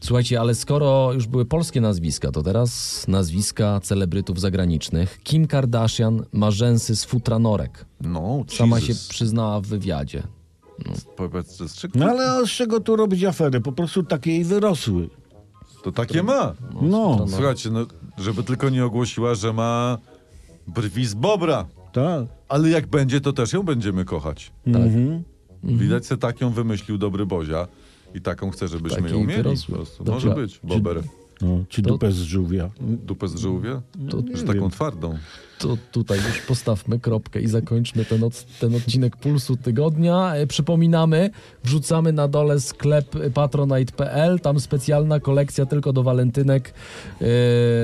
Speaker 3: Słuchajcie, ale skoro już były polskie nazwiska, to teraz nazwiska celebrytów zagranicznych. Kim Kardashian ma rzęsy z futranorek.
Speaker 2: No,
Speaker 3: Sama się
Speaker 2: Jesus.
Speaker 3: przyznała w wywiadzie.
Speaker 2: Powiedz, z czego?
Speaker 1: No ale a z czego tu robić aferę? Po prostu takie jej wyrosły.
Speaker 2: To takie ma.
Speaker 1: No,
Speaker 2: Słuchajcie, no, żeby tylko nie ogłosiła, że ma brwi z bobra.
Speaker 1: tak.
Speaker 2: Ale jak będzie, to też ją będziemy kochać. Tak.
Speaker 1: Mhm.
Speaker 2: Widać, że tak ją wymyślił dobry Bozia. I taką chce, żebyśmy
Speaker 3: Takiej
Speaker 2: ją mieli.
Speaker 3: wyrosły.
Speaker 2: Po prostu.
Speaker 3: Dobrze.
Speaker 2: Może być. Bober.
Speaker 1: No, czy dupę z żółwia.
Speaker 2: Dupę z żółwia?
Speaker 3: To-
Speaker 2: Że taką twardą.
Speaker 3: To tutaj już postawmy kropkę i zakończmy ten, od, ten odcinek Pulsu Tygodnia. E, Przypominamy, wrzucamy na dole sklep patronite.pl, tam specjalna kolekcja tylko do walentynek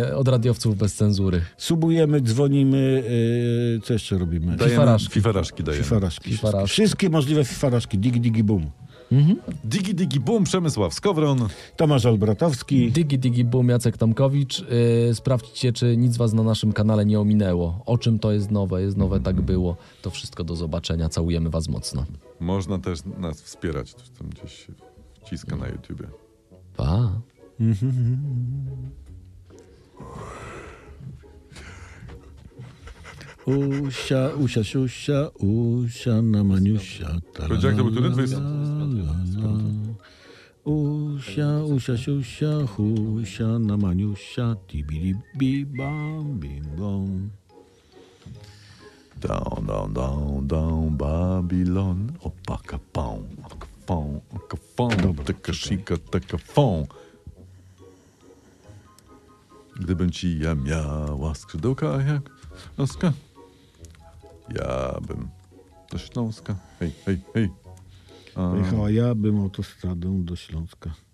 Speaker 3: e, od radiowców bez cenzury.
Speaker 1: Subujemy, dzwonimy, yy, co jeszcze robimy?
Speaker 3: Fifaraszki.
Speaker 2: Fifaraszki dajemy.
Speaker 1: Fifaraszki.
Speaker 3: Fifaraszki.
Speaker 1: Wszystkie możliwe fifaraszki. Digi, digi, bum.
Speaker 2: Digi, digi, bum, Przemysław Skowron.
Speaker 1: Tomasz Albratowski.
Speaker 3: Digi Digi Boom, Jacek Tomkowicz. E, sprawdźcie, czy nic was na naszym kanale nie ominęło. O czym to jest nowe, jest nowe, tak było. To wszystko do zobaczenia, całujemy was mocno.
Speaker 2: Można też nas wspierać. To tam gdzieś się wciska na YouTubie.
Speaker 3: Pa!
Speaker 1: Usia, usia, siusia, usia na maniusia.
Speaker 2: To jak to był który?
Speaker 1: Taralala. Usia, usia, siusia, husia na maniusia. Tibidi, bam, bim, bom.
Speaker 2: Down, down, down, down, Babylon. Opa, kapą, kapą, kapą. Taka sika, taka fą. Gdybym ci ja miała skrzydełka jak laska, ja bym do Śląska. Hej, hej, hej.
Speaker 1: No Pojechała ja bym autostradą do Śląska.